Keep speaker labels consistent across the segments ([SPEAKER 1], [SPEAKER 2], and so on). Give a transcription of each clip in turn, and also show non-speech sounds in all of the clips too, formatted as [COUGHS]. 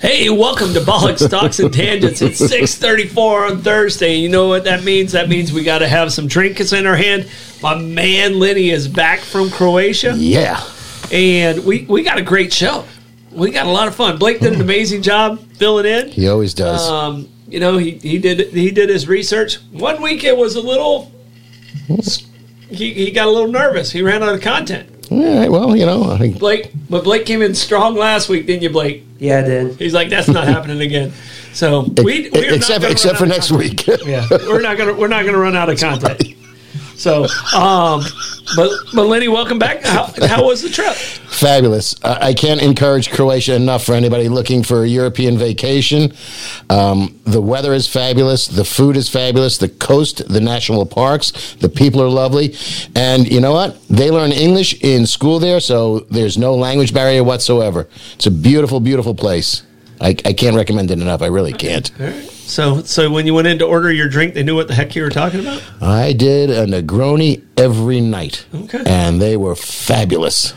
[SPEAKER 1] Hey, welcome to Bollocks Talks and Tangents. It's 6:34 on Thursday. You know what that means? That means we got to have some trinkets in our hand. My man Lenny is back from Croatia,
[SPEAKER 2] Yeah.
[SPEAKER 1] and we we got a great show. We got a lot of fun. Blake did an amazing job filling in.
[SPEAKER 2] He always does.
[SPEAKER 1] Um, you know, he, he did he did his research. One week it was a little. He, he got a little nervous. He ran out of content.
[SPEAKER 2] All right, well, you know, I think
[SPEAKER 1] Blake, but Blake came in strong last week, didn't you, Blake?
[SPEAKER 3] Yeah, I did.
[SPEAKER 1] He's like, that's not happening again. So we, we're
[SPEAKER 2] except
[SPEAKER 1] not
[SPEAKER 2] except for next week. [LAUGHS]
[SPEAKER 1] Yeah, [LAUGHS] we're not gonna we're not gonna run out of content. So, um, but but Lenny, welcome back. How, how was the trip?
[SPEAKER 2] Fabulous. I, I can't encourage Croatia enough for anybody looking for a European vacation. Um, the weather is fabulous. The food is fabulous. The coast, the national parks, the people are lovely. And you know what? They learn English in school there, so there's no language barrier whatsoever. It's a beautiful, beautiful place. I, I can't recommend it enough. I really can't.
[SPEAKER 1] So so when you went in to order your drink, they knew what the heck you were talking about.
[SPEAKER 2] I did a Negroni every night,
[SPEAKER 1] Okay.
[SPEAKER 2] and they were fabulous.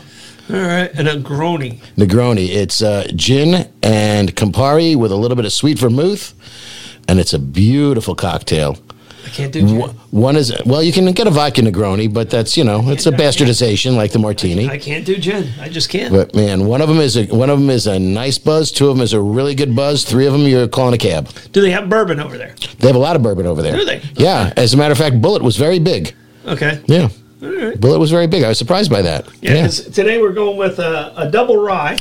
[SPEAKER 1] All right, and a groaning.
[SPEAKER 2] Negroni. It's uh, gin and Campari with a little bit of sweet vermouth, and it's a beautiful cocktail.
[SPEAKER 1] I can't do. gin.
[SPEAKER 2] One is well, you can get a vodka Negroni, but that's you know it's a bastardization like the
[SPEAKER 1] I
[SPEAKER 2] martini.
[SPEAKER 1] can't do gin. I just can't.
[SPEAKER 2] But man, one of them is a one of them is a nice buzz. Two of them is a really good buzz. Three of them you're calling a cab.
[SPEAKER 1] Do they have bourbon over there?
[SPEAKER 2] They have a lot of bourbon over there.
[SPEAKER 1] Do they?
[SPEAKER 2] Yeah. As a matter of fact, Bullet was very big.
[SPEAKER 1] Okay.
[SPEAKER 2] Yeah.
[SPEAKER 1] All right.
[SPEAKER 2] Bullet was very big. I was surprised by that.
[SPEAKER 1] Yeah,
[SPEAKER 2] Yeah.
[SPEAKER 1] 'cause today we're going with a, a double rye,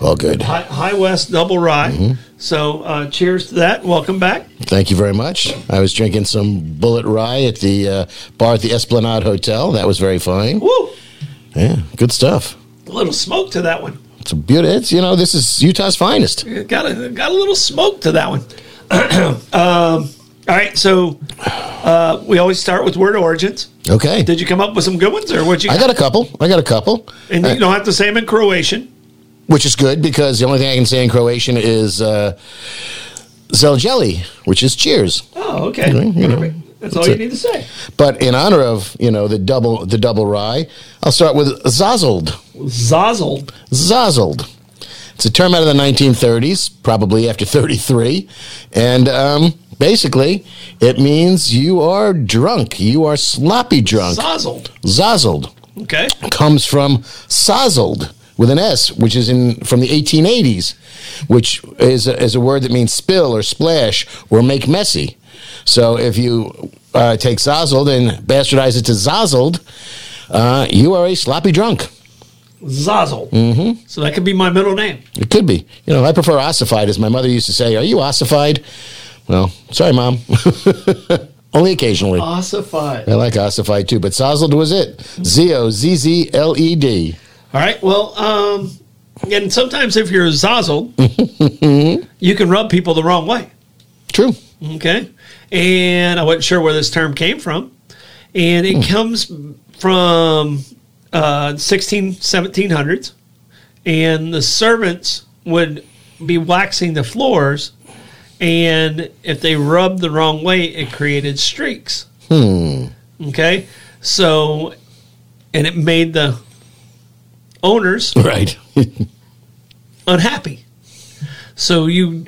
[SPEAKER 2] All good.
[SPEAKER 1] high, high West double rye. So, uh, cheers to that. Welcome back.
[SPEAKER 2] Thank you very much. I was drinking some Bullet Rye at the uh, bar at the Esplanade Hotel. That was very fine.
[SPEAKER 1] Woo!
[SPEAKER 2] Yeah, good stuff.
[SPEAKER 1] A little smoke to that one.
[SPEAKER 2] It's a beauty. It's you know this is Utah's finest.
[SPEAKER 1] It Got a got a little smoke to that one. [CLEARS THROAT] um, all right, so uh, we always start with word origins.
[SPEAKER 2] Okay,
[SPEAKER 1] Did you come up with some good ones, or what you?
[SPEAKER 2] I got a couple. I got a couple,
[SPEAKER 1] and you don't have to say them in Croatian.
[SPEAKER 2] which is good because the only thing I can say in Croatian is uh, Zeljeli, which is cheers.
[SPEAKER 1] Oh, okay.
[SPEAKER 2] you know,
[SPEAKER 1] Perfect. That's all you
[SPEAKER 2] that's it.
[SPEAKER 1] need to say.
[SPEAKER 2] But in honor of you know the double the double rye, I'll start with Zazzled.
[SPEAKER 1] Zazzled.
[SPEAKER 2] Zazzled. It's a term out of the 1930s, probably after 33. And um, basically, it means you are drunk. You are sloppy drunk.
[SPEAKER 1] Zazzled.
[SPEAKER 2] Zazzled
[SPEAKER 1] Okay.
[SPEAKER 2] comes from sozzled with an S, which is in from the 1880s, which is a, is a word that means spill or splash or make messy. So if you uh, take sozzled and bastardize it to zazzled, uh, you are a sloppy drunk.
[SPEAKER 1] Zazzled. Mm-hmm. So that could be my middle name.
[SPEAKER 2] It could be. You know, I prefer ossified, as my mother used to say. Are you ossified? Well, sorry, mom. [LAUGHS] Only occasionally.
[SPEAKER 1] Ossified.
[SPEAKER 2] I like ossified too, but sozzled was it. Z O Z Z L E D.
[SPEAKER 1] All right. Well, um, and sometimes if you're
[SPEAKER 2] [LAUGHS]
[SPEAKER 1] zazzled,
[SPEAKER 2] Mm-hmm.
[SPEAKER 1] you can rub people the wrong way. [LAUGHS]
[SPEAKER 2] True.
[SPEAKER 1] Okay. And I wasn't sure where this term came from. And it comes from uh, 16, 1700s. And the servants would be waxing the floors. And if they rubbed the wrong way, it created streaks. Hmm. Okay. So, and it made the owners
[SPEAKER 2] Right.
[SPEAKER 1] unhappy. So you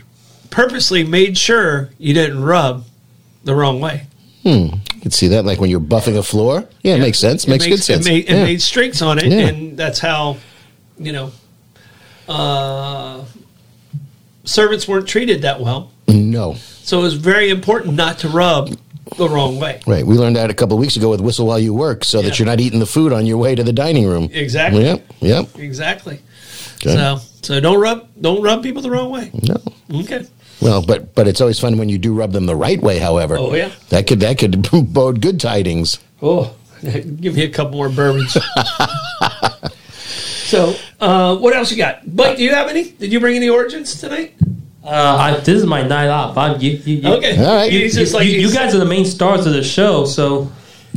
[SPEAKER 1] purposely made sure you didn't rub the wrong way.
[SPEAKER 2] you can see that, like when you're buffing a floor. Yeah, it makes sense. Makes, good sense.
[SPEAKER 1] It made, it
[SPEAKER 2] yeah.
[SPEAKER 1] made streaks on it,
[SPEAKER 2] Yeah.
[SPEAKER 1] and that's how, you know, uh, servants weren't treated that well.
[SPEAKER 2] no.
[SPEAKER 1] So it was very important not to rub the wrong way.
[SPEAKER 2] Right. We learned that a couple of weeks ago with Whistle While You Work so
[SPEAKER 1] Yeah.
[SPEAKER 2] that you're not eating the food on your way to the dining room.
[SPEAKER 1] Exactly.
[SPEAKER 2] Yep. Yep.
[SPEAKER 1] Exactly.
[SPEAKER 2] Okay.
[SPEAKER 1] So so don't rub don't rub people the wrong way.
[SPEAKER 2] No.
[SPEAKER 1] Okay.
[SPEAKER 2] Well, but but it's always fun when you do rub them the right way. However,
[SPEAKER 1] Oh, yeah.
[SPEAKER 2] that could that could [LAUGHS] bode good tidings.
[SPEAKER 1] Oh, [LAUGHS] give me a couple more bourbons. so, uh, what else you got? Blake, do you have any? Did you bring any origins tonight?
[SPEAKER 3] Uh, I, this is my night off. I, you, you, you,
[SPEAKER 1] Okay.
[SPEAKER 2] All right.
[SPEAKER 1] He's just
[SPEAKER 3] you-
[SPEAKER 1] like,
[SPEAKER 3] you, you guys are the main stars of the show, so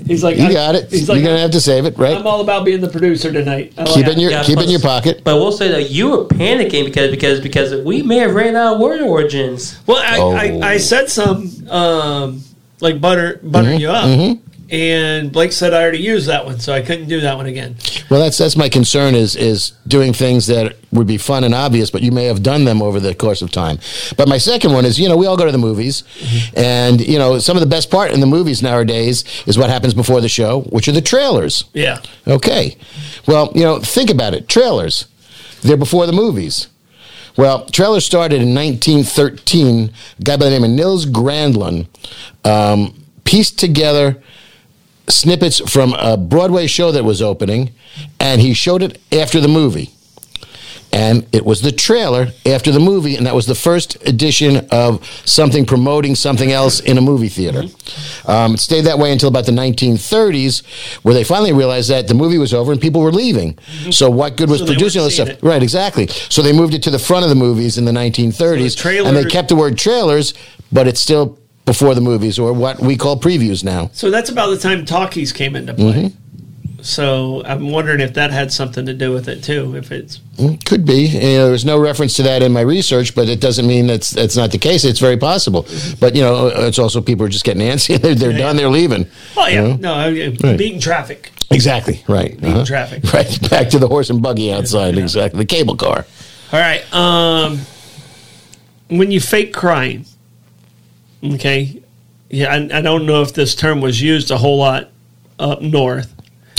[SPEAKER 1] he's like,
[SPEAKER 2] You got it.
[SPEAKER 1] He's like,
[SPEAKER 2] You're gonna have to save it, right?
[SPEAKER 1] I'm all about being the producer tonight. I like
[SPEAKER 2] keep it in your
[SPEAKER 3] yeah,
[SPEAKER 2] keep it in
[SPEAKER 3] plus-
[SPEAKER 2] your pocket.
[SPEAKER 3] But we'll say that you were panicking because because because we may have ran out of word origins.
[SPEAKER 1] Well, I, I,
[SPEAKER 2] Oh. Mm-hmm.
[SPEAKER 1] I said some, um, like butter, butter you up. And Blake said I already used that one, so I couldn't do that one again.
[SPEAKER 2] Well, that's that's my concern is is doing things that would be fun and obvious, but you may have done them over the course of time. But my second one is, you know, we all go to the movies,
[SPEAKER 1] Mm-hmm.
[SPEAKER 2] and you know, some of the best part in the movies nowadays is what happens before the show, which are the trailers.
[SPEAKER 1] Yeah.
[SPEAKER 2] Okay. Well, you know, think about it. Trailers. They're before the movies. Well, trailers started in 1913. A guy by the name of Nils Grandlund um, pieced together snippets from a Broadway show that was opening, and he showed it after the movie. And it was the trailer after the movie, and that was the first edition of something promoting something else in a movie theater. Um, it stayed that way until about the 1930s, where they finally realized that the movie was over and people were leaving. So, what good was
[SPEAKER 1] So they
[SPEAKER 2] producing all
[SPEAKER 1] weren't
[SPEAKER 2] this stuff?
[SPEAKER 1] seeing it.
[SPEAKER 2] Right, exactly. So, they moved it to the front of the movies in the 1930s,
[SPEAKER 1] So the
[SPEAKER 2] and they
[SPEAKER 1] trailer-
[SPEAKER 2] kept the word trailers, but it's still before the movies, or what we call previews now.
[SPEAKER 1] So that's about the time talkies came into play.
[SPEAKER 2] Mm-hmm.
[SPEAKER 1] So I'm wondering if that had something to do with it too. If it's
[SPEAKER 2] Hmm, Could be. You know, there was no reference to that in my research, but it doesn't mean that's that's not the case. It's very possible. But you know, it's also people are just getting antsy. [LAUGHS] They're, they're done. They're leaving.
[SPEAKER 1] oh yeah,
[SPEAKER 2] You know?
[SPEAKER 1] no, I-
[SPEAKER 2] Right.
[SPEAKER 1] beating traffic.
[SPEAKER 2] Exactly. Right. Uh-huh.
[SPEAKER 1] traffic.
[SPEAKER 2] Right. [LAUGHS] Back to the horse and buggy outside. Exactly. The cable car.
[SPEAKER 1] All right. Um, when you fake crying, okay. Yeah, I, I don't know if this term was used a whole lot up north,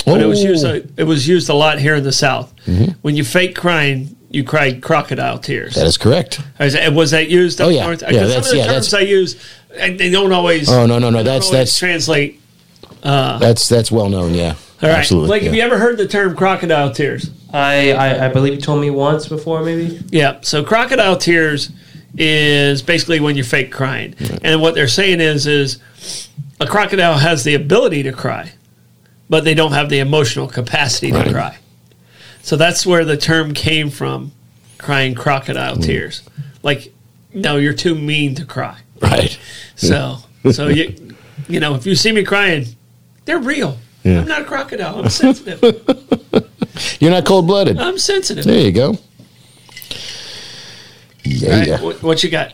[SPEAKER 1] but it was
[SPEAKER 2] Oh. Mm-hmm.
[SPEAKER 1] used a, it was used a lot here in the south. When you fake crying, you cry crocodile tears.
[SPEAKER 2] That is correct.
[SPEAKER 1] Is that- was that used up
[SPEAKER 2] Oh, yeah.
[SPEAKER 1] north?
[SPEAKER 2] Yeah,
[SPEAKER 1] 'Cause some
[SPEAKER 2] that's-
[SPEAKER 1] of the
[SPEAKER 2] yeah,
[SPEAKER 1] terms I
[SPEAKER 2] that's-
[SPEAKER 1] use, and they don't always.
[SPEAKER 2] Oh, no, no, no,
[SPEAKER 1] they don't
[SPEAKER 2] that's-
[SPEAKER 1] always
[SPEAKER 2] that's-
[SPEAKER 1] translate.
[SPEAKER 2] That's that's well known. Yeah.
[SPEAKER 1] All right,
[SPEAKER 2] Absolutely.
[SPEAKER 1] Blake,
[SPEAKER 2] yeah.
[SPEAKER 1] have you ever heard the term crocodile tears?
[SPEAKER 3] I, I I believe you told me once before, maybe.
[SPEAKER 1] Yeah. So crocodile tears is basically when you're fake crying, and what they're saying is is a crocodile has the ability to cry, but they don't have the emotional capacity to
[SPEAKER 2] Right.
[SPEAKER 1] cry. So that's where the term came from, crying crocodile
[SPEAKER 2] Mm.
[SPEAKER 1] tears. Like, no, you're too mean to cry.
[SPEAKER 2] right. [LAUGHS]
[SPEAKER 1] So, so you, you know, if you see me crying, they're real.
[SPEAKER 2] Yeah.
[SPEAKER 1] I'm not a crocodile. I'm
[SPEAKER 2] [LAUGHS]
[SPEAKER 1] sensitive.
[SPEAKER 2] You're not cold blooded.
[SPEAKER 1] I'm sensitive.
[SPEAKER 2] There you go. Yeah.
[SPEAKER 1] All right,
[SPEAKER 2] yeah.
[SPEAKER 1] what, what you got?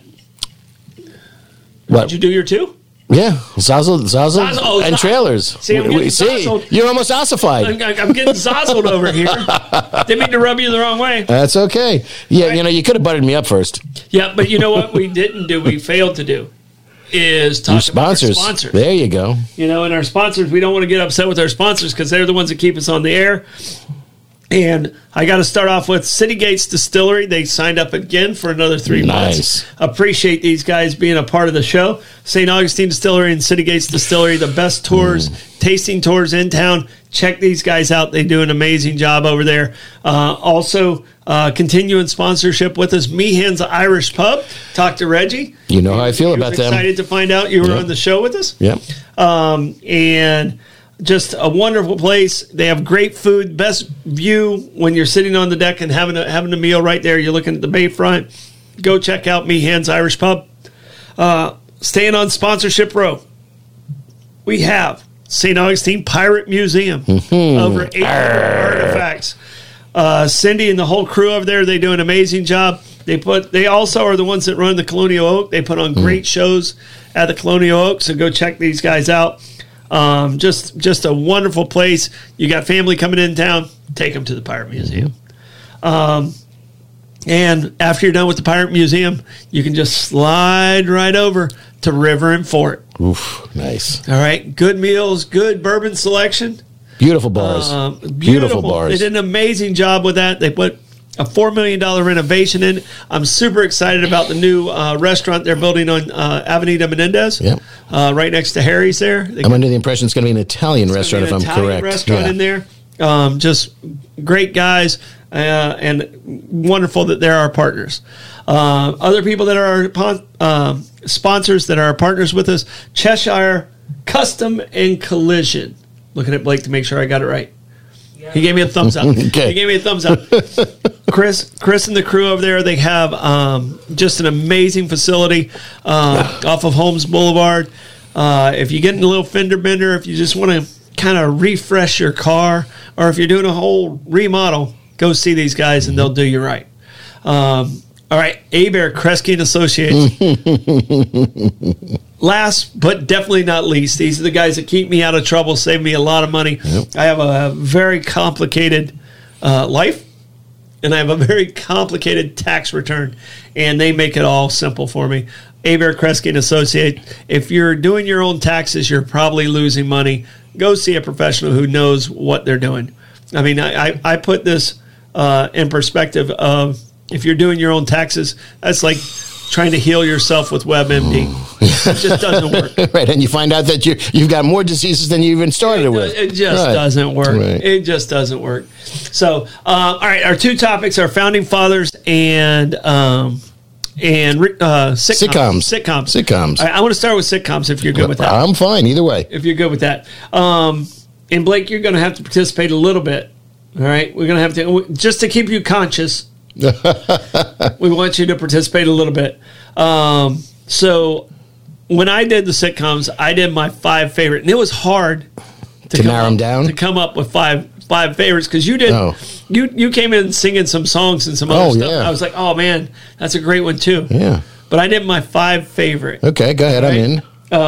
[SPEAKER 2] What?
[SPEAKER 1] Did you do your two?
[SPEAKER 2] Yeah, Zazzle, Zazzle,
[SPEAKER 1] Zazzle, oh,
[SPEAKER 2] and
[SPEAKER 1] Zazzle.
[SPEAKER 2] trailers.
[SPEAKER 1] See, I'm
[SPEAKER 2] We- we-
[SPEAKER 1] getting
[SPEAKER 2] see,
[SPEAKER 1] Zazzled.
[SPEAKER 2] you're almost ossified.
[SPEAKER 1] I'm, I'm getting zazzled over here. Didn't mean to rub you the wrong way.
[SPEAKER 2] That's okay. Yeah, you know, you could have buttered me up first.
[SPEAKER 1] Yeah, but you know what? We didn't do. We failed to do is talk
[SPEAKER 2] Your
[SPEAKER 1] about our
[SPEAKER 2] sponsors.
[SPEAKER 1] sponsors.
[SPEAKER 2] There you go.
[SPEAKER 1] You know, and our sponsors. We don't want to get upset with our sponsors because they're the ones that keep us on the air. And I got to start off with City Gates Distillery. They signed up again for another three
[SPEAKER 2] Nice.
[SPEAKER 1] months. Appreciate these guys being a part of the show. St. Augustine Distillery and City Gates Distillery, the best tours,
[SPEAKER 2] Mm.
[SPEAKER 1] tasting tours in town. Check these guys out. They do an amazing job over there. Uh, also, uh, continuing sponsorship with us, Meehan's Irish Pub. Talk to Reggie.
[SPEAKER 2] You know how I feel
[SPEAKER 1] He was
[SPEAKER 2] about them.
[SPEAKER 1] Excited to find out you were
[SPEAKER 2] Yep.
[SPEAKER 1] on the show with us
[SPEAKER 2] Yep.
[SPEAKER 1] and just a wonderful place. They have great food, best view when you're sitting on the deck and having a, having a meal right there. You're looking at the bayfront. Go check out Meehan's Irish Pub. Uh, staying on sponsorship row, we have St. Augustine Pirate Museum. Over 800 artifacts. Uh, Cindy and the whole crew over there, they do an amazing job. They put they also are the ones that run the Colonial Oak. They put on great shows at the Colonial Oak, so go check these guys out. Um, just just a wonderful place. You got family coming in town, take them to the Pirate Museum. Um, and after you're done with the Pirate Museum, you can just slide right over to River and Fort.
[SPEAKER 2] Oof, nice.
[SPEAKER 1] All right, good meals, good bourbon selection.
[SPEAKER 2] Beautiful bars.
[SPEAKER 1] Um, beautiful.
[SPEAKER 2] bars.
[SPEAKER 1] They did an amazing job with that. They put a four million dollar renovation in. I'm super excited about the new uh, restaurant they're building on uh, Avenida Menendez.
[SPEAKER 2] Yep.
[SPEAKER 1] Uh, right next to Harry's. There, They
[SPEAKER 2] I'm under the impression it's going to be an Italian restaurant,
[SPEAKER 1] an
[SPEAKER 2] if I'm
[SPEAKER 1] Italian
[SPEAKER 2] correct.
[SPEAKER 1] Restaurant
[SPEAKER 2] Yeah.
[SPEAKER 1] in there, um, just great guys, uh, and wonderful that they're our partners. Uh, other people that are our pon- um, sponsors that are our partners with us: Cheshire Custom and Collision. Looking at Blake to make sure I got it right. He gave me a thumbs up.
[SPEAKER 2] Okay.
[SPEAKER 1] He gave me a thumbs up. Chris, Chris, and the crew over there, they have um, just an amazing facility uh, off of Holmes Boulevard. Uh, if you get in a little fender bender, if you just want to kind of refresh your car, or if you're doing a whole remodel, go see these guys and they'll do you right. Um, all right, Abear Kresge and Associates. last but definitely not least, these are the guys that keep me out of trouble, save me a lot of money. I have a very complicated uh, life, and I have a very complicated tax return, and they make it all simple for me. Abear Kresge and Associate. If you're doing your own taxes, you're probably losing money. Go see a professional who knows what they're doing. I mean, I, I, I put this uh, in perspective of if you're doing your own taxes, that's like trying to heal yourself with WebMD. it just doesn't work.
[SPEAKER 2] right, and you find out that you you've got more diseases than you even started
[SPEAKER 1] No,
[SPEAKER 2] with.
[SPEAKER 1] It just
[SPEAKER 2] [LAUGHS] Right.
[SPEAKER 1] doesn't work.
[SPEAKER 2] Right.
[SPEAKER 1] It just doesn't work. So, uh, all right, our two topics are founding fathers and um, and uh, sitcoms.
[SPEAKER 2] Sitcoms.
[SPEAKER 1] Sitcoms.
[SPEAKER 2] Sitcoms.
[SPEAKER 1] All right, I want to start with sitcoms. If you're good with that,
[SPEAKER 2] I'm fine either way.
[SPEAKER 1] if you're good with that, um, and Blake, you're going to have to participate a little bit. All right, we're going to have to just to keep you
[SPEAKER 2] [LAUGHS]
[SPEAKER 1] conscious. we want you to participate a little bit. Um, so, when I did the sitcoms, I did my five favorite, and it was hard
[SPEAKER 2] To
[SPEAKER 1] come
[SPEAKER 2] narrow 'em
[SPEAKER 1] up-
[SPEAKER 2] down?
[SPEAKER 1] to come up with five five favorites because you did
[SPEAKER 2] Oh.
[SPEAKER 1] you you came in singing some songs and some other
[SPEAKER 2] Oh,
[SPEAKER 1] stuff.
[SPEAKER 2] yeah.
[SPEAKER 1] I was like, oh man, that's a great one too.
[SPEAKER 2] Yeah.
[SPEAKER 1] But I did my five favorite.
[SPEAKER 2] Okay, go ahead. I'm
[SPEAKER 1] Right.
[SPEAKER 2] in.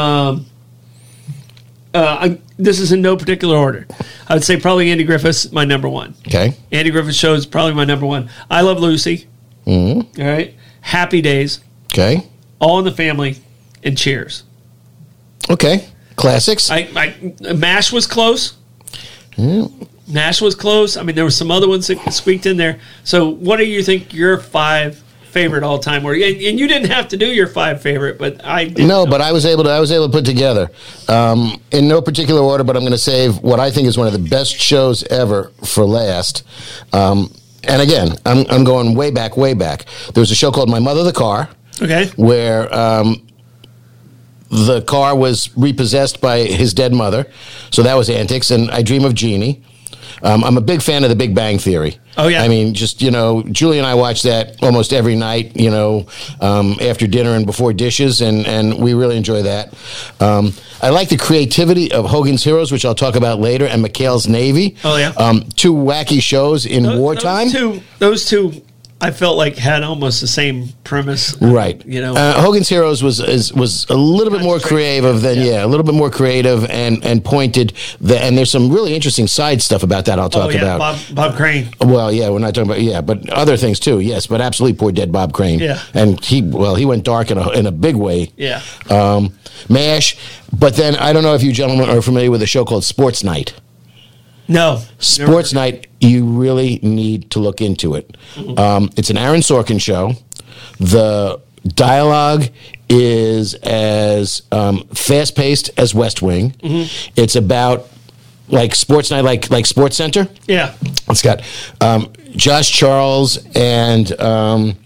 [SPEAKER 1] Uh, I, this is in no particular order. I would say probably Andy Griffiths, my number one.
[SPEAKER 2] Okay.
[SPEAKER 1] Andy Griffiths show is probably my number one. I love Lucy. Mm-hmm. right, Happy Days,
[SPEAKER 2] Okay.
[SPEAKER 1] All in the Family, and Cheers.
[SPEAKER 2] Okay. Classics.
[SPEAKER 1] I, I Mash was close.
[SPEAKER 2] Mm-hmm.
[SPEAKER 1] Mash was close. I mean, there were some other ones that squeaked in there. So, what do you think your five favorite all time were? And, and you didn't have to do your five favorite, but I did.
[SPEAKER 2] no, but I was able to. I was able to put together um, in no particular order. But I'm going to save what I think is one of the best shows ever for last. Um, and again, I'm, I'm going way back, way back. There was a show called My Mother the Car,
[SPEAKER 1] Okay.
[SPEAKER 2] where um, the car was repossessed by his dead mother. So that was antics. And I Dream of Jeannie. Um, I'm a big fan of The Big Bang Theory.
[SPEAKER 1] Oh, yeah.
[SPEAKER 2] I mean, just you know, Julie and I watch that almost every night. You know, um, after dinner and before dishes, and and we really enjoy that. Um, I like the creativity of Hogan's Heroes, which I'll talk about later, and McHale's Navy.
[SPEAKER 1] Oh, yeah.
[SPEAKER 2] um, two wacky shows in wartime.
[SPEAKER 1] Those two, those two, I felt like had almost the same premise.
[SPEAKER 2] Right.
[SPEAKER 1] You know,
[SPEAKER 2] uh, Hogan's Heroes was is, was a little bit more creative than yeah. a little bit more creative and and pointed. The, and there's some really interesting side stuff about that. I'll
[SPEAKER 1] oh,
[SPEAKER 2] talk
[SPEAKER 1] yeah,
[SPEAKER 2] about.
[SPEAKER 1] Bob, Bob Crane.
[SPEAKER 2] Well, yeah, we're not talking about yeah, but other things too. Yes, but absolutely, poor dead Bob Crane.
[SPEAKER 1] Yeah.
[SPEAKER 2] and he well, he went dark in a in a big way.
[SPEAKER 1] Yeah.
[SPEAKER 2] um, Mash. But then I don't know if you gentlemen are familiar with a show called Sports Night.
[SPEAKER 1] No.
[SPEAKER 2] Sports Night, you really need to look into it. Um, it's an Aaron Sorkin show. The dialogue is as um, fast paced as West Wing. It's about like Sports Night, like like Sports Center.
[SPEAKER 1] Yeah.
[SPEAKER 2] It's got um, Josh Charles and um,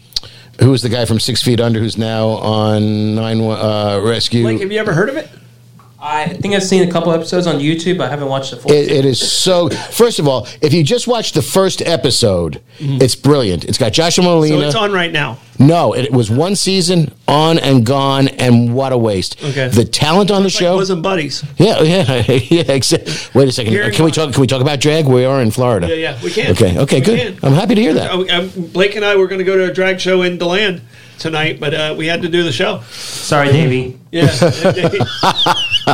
[SPEAKER 2] who is the guy from Six Feet Under who's now on Nine One- uh, Rescue.
[SPEAKER 1] Blake, have you ever heard of it?
[SPEAKER 3] I think I've seen a couple episodes on YouTube. I haven't watched the full.
[SPEAKER 2] It, it is so. First of all, if you just watch the first episode, it's brilliant. It's got Joshua
[SPEAKER 1] Mm-hmm. So
[SPEAKER 2] Molina.
[SPEAKER 1] it's on right now.
[SPEAKER 2] no, it, was one season on and gone, and what a waste.
[SPEAKER 1] Okay.
[SPEAKER 2] The talent on the
[SPEAKER 1] Like,
[SPEAKER 2] show.
[SPEAKER 1] wasn't buddies.
[SPEAKER 2] yeah, [LAUGHS] yeah, yeah. Except, wait a second.
[SPEAKER 1] Here
[SPEAKER 2] Can we
[SPEAKER 1] you go.
[SPEAKER 2] talk? Can we talk about drag? We are in Florida.
[SPEAKER 1] Yeah, yeah, we can.
[SPEAKER 2] Okay, okay,
[SPEAKER 1] We can.
[SPEAKER 2] good. I'm happy to hear that.
[SPEAKER 1] Oh, um, Blake and I were going to go to a drag show in Deland tonight, but uh, we had to do the show.
[SPEAKER 3] Sorry, Davey.
[SPEAKER 2] [LAUGHS]
[SPEAKER 1] Yeah.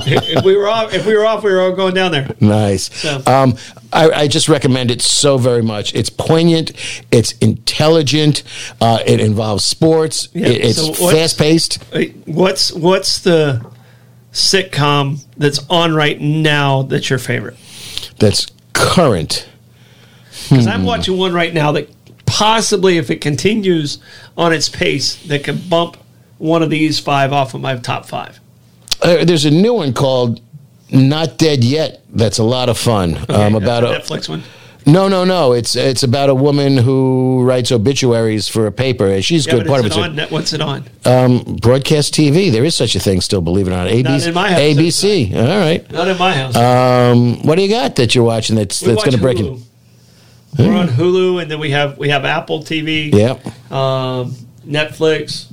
[SPEAKER 1] if we were off, if we were off, we were all going down there.
[SPEAKER 2] Nice.
[SPEAKER 1] Yeah.
[SPEAKER 2] Um, I, I just recommend it so very much. It's poignant. It's intelligent. Uh, it involves sports.
[SPEAKER 1] Yeah,
[SPEAKER 2] It- it's
[SPEAKER 1] so what-
[SPEAKER 2] fast paced.
[SPEAKER 1] Hey, What's what's the sitcom that's on right now that's your favorite?
[SPEAKER 2] That's current.
[SPEAKER 1] Because
[SPEAKER 2] Mm-hmm.
[SPEAKER 1] I'm watching one right now that possibly, if it continues on its pace, that could bump one of these five off of my top five.
[SPEAKER 2] Uh, there's a new one called "Not Dead Yet." That's a lot of fun. um,
[SPEAKER 1] Okay,
[SPEAKER 2] about
[SPEAKER 1] the
[SPEAKER 2] a
[SPEAKER 1] Netflix one.
[SPEAKER 2] no, no, no. It's it's about a woman who writes obituaries for a paper. and She's
[SPEAKER 1] Yeah,
[SPEAKER 2] good.
[SPEAKER 1] but
[SPEAKER 2] Part
[SPEAKER 1] is
[SPEAKER 2] of
[SPEAKER 1] it
[SPEAKER 2] it's
[SPEAKER 1] on? Net, what's it on?
[SPEAKER 2] broadcast TV. There is such a thing still. Believe it or not, ABC.
[SPEAKER 1] in my house.
[SPEAKER 2] ABC. All right.
[SPEAKER 1] Not in my house.
[SPEAKER 2] Um, what do you got that you're watching? That's
[SPEAKER 1] We
[SPEAKER 2] that's
[SPEAKER 1] watch
[SPEAKER 2] going to break Hmm?
[SPEAKER 1] Hulu. We're on Hulu, and then we have we have Apple TV.
[SPEAKER 2] it. Yeah.
[SPEAKER 1] um, Netflix,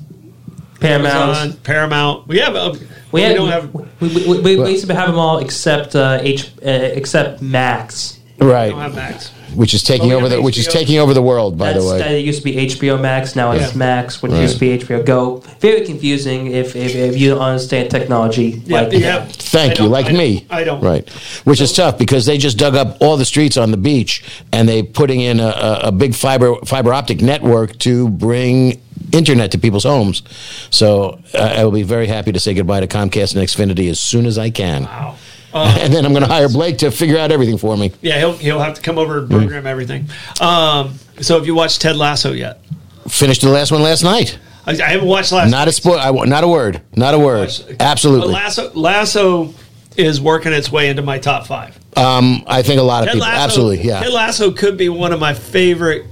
[SPEAKER 3] Paramount.
[SPEAKER 1] Amazon, Paramount. We have uh,
[SPEAKER 3] We,
[SPEAKER 1] we,
[SPEAKER 3] had,
[SPEAKER 1] don't have
[SPEAKER 3] we, we, we, we used to have them all except uh, H, uh, except Max.
[SPEAKER 1] I
[SPEAKER 2] right?
[SPEAKER 1] don't have Max.
[SPEAKER 2] which is taking
[SPEAKER 1] Oh, we
[SPEAKER 2] over
[SPEAKER 1] have
[SPEAKER 2] the which is
[SPEAKER 1] HBO.
[SPEAKER 2] taking over the world. By
[SPEAKER 3] That's,
[SPEAKER 2] the way,
[SPEAKER 3] That, it used to be HBO Max, now it's
[SPEAKER 1] Yeah.
[SPEAKER 3] Max, which
[SPEAKER 2] Right.
[SPEAKER 3] used to be HBO Go. Very confusing if, if, if you don't understand technology.
[SPEAKER 1] Yeah,
[SPEAKER 3] [LAUGHS] like
[SPEAKER 1] yeah. I
[SPEAKER 2] Thank you,
[SPEAKER 1] don't-
[SPEAKER 2] like
[SPEAKER 1] I-
[SPEAKER 2] me.
[SPEAKER 1] I don't.
[SPEAKER 2] Right, which is tough because they just dug up all the streets on the beach and they putting in a, a, a big fiber fiber optic network to bring internet to people's homes. So uh, I will be very happy to say goodbye to Comcast and Xfinity as soon as I can,
[SPEAKER 1] Wow. Uh,
[SPEAKER 2] [LAUGHS] and then I'm going to hire Blake to figure out everything for me.
[SPEAKER 1] yeah, he'll he'll have to come over and program everything. Um, so have you watched Ted Lasso yet?
[SPEAKER 2] Finished the last one last night.
[SPEAKER 1] I, I haven't watched Lasso.
[SPEAKER 2] Not a spoil. I, wa- not a word. Not a word. Absolutely.
[SPEAKER 1] But Lasso Lasso is working its way into my top five.
[SPEAKER 2] Um, I think a lot of
[SPEAKER 1] Ted
[SPEAKER 2] people.
[SPEAKER 1] Lasso,
[SPEAKER 2] Absolutely. Yeah.
[SPEAKER 1] Ted Lasso could be one of my favorite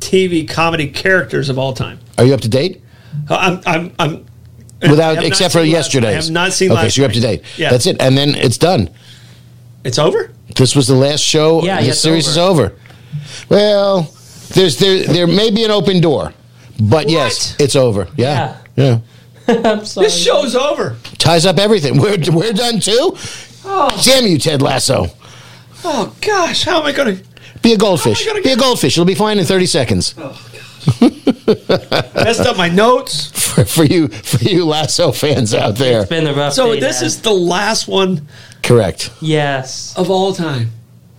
[SPEAKER 1] TV comedy characters of all time.
[SPEAKER 2] Are you up to date?
[SPEAKER 1] I'm, I'm, I'm I have
[SPEAKER 2] Without
[SPEAKER 1] not
[SPEAKER 2] except for
[SPEAKER 1] seen last-
[SPEAKER 2] yesterday's.
[SPEAKER 1] I have not seen.
[SPEAKER 2] Okay,
[SPEAKER 1] last
[SPEAKER 2] so you're up to
[SPEAKER 1] night.
[SPEAKER 2] date.
[SPEAKER 1] Yeah,
[SPEAKER 2] That's it, and then it's done.
[SPEAKER 1] It's over.
[SPEAKER 2] This was the last show.
[SPEAKER 3] Yeah,
[SPEAKER 2] the
[SPEAKER 3] it's
[SPEAKER 2] series
[SPEAKER 3] over.
[SPEAKER 2] is over. Well, there's there there may be an open door, but yes,
[SPEAKER 1] What?
[SPEAKER 2] it's over. Yeah, yeah.
[SPEAKER 3] I'm sorry.
[SPEAKER 1] This show's over.
[SPEAKER 2] Ties up everything. We're we're done too. Damn you, Ted Lasso.
[SPEAKER 1] Oh gosh, how am I going to?
[SPEAKER 2] Be a goldfish.
[SPEAKER 1] Oh my God,
[SPEAKER 2] be a
[SPEAKER 1] again.
[SPEAKER 2] goldfish. It'll be fine in 30 seconds
[SPEAKER 1] Oh. Messed up my notes.
[SPEAKER 2] for, for you for you Lasso fans out there.
[SPEAKER 3] It's been a rough
[SPEAKER 1] So
[SPEAKER 3] day,
[SPEAKER 1] this
[SPEAKER 3] man.
[SPEAKER 1] is Oh, the last one
[SPEAKER 2] Correct.
[SPEAKER 3] Yes.
[SPEAKER 1] of all time.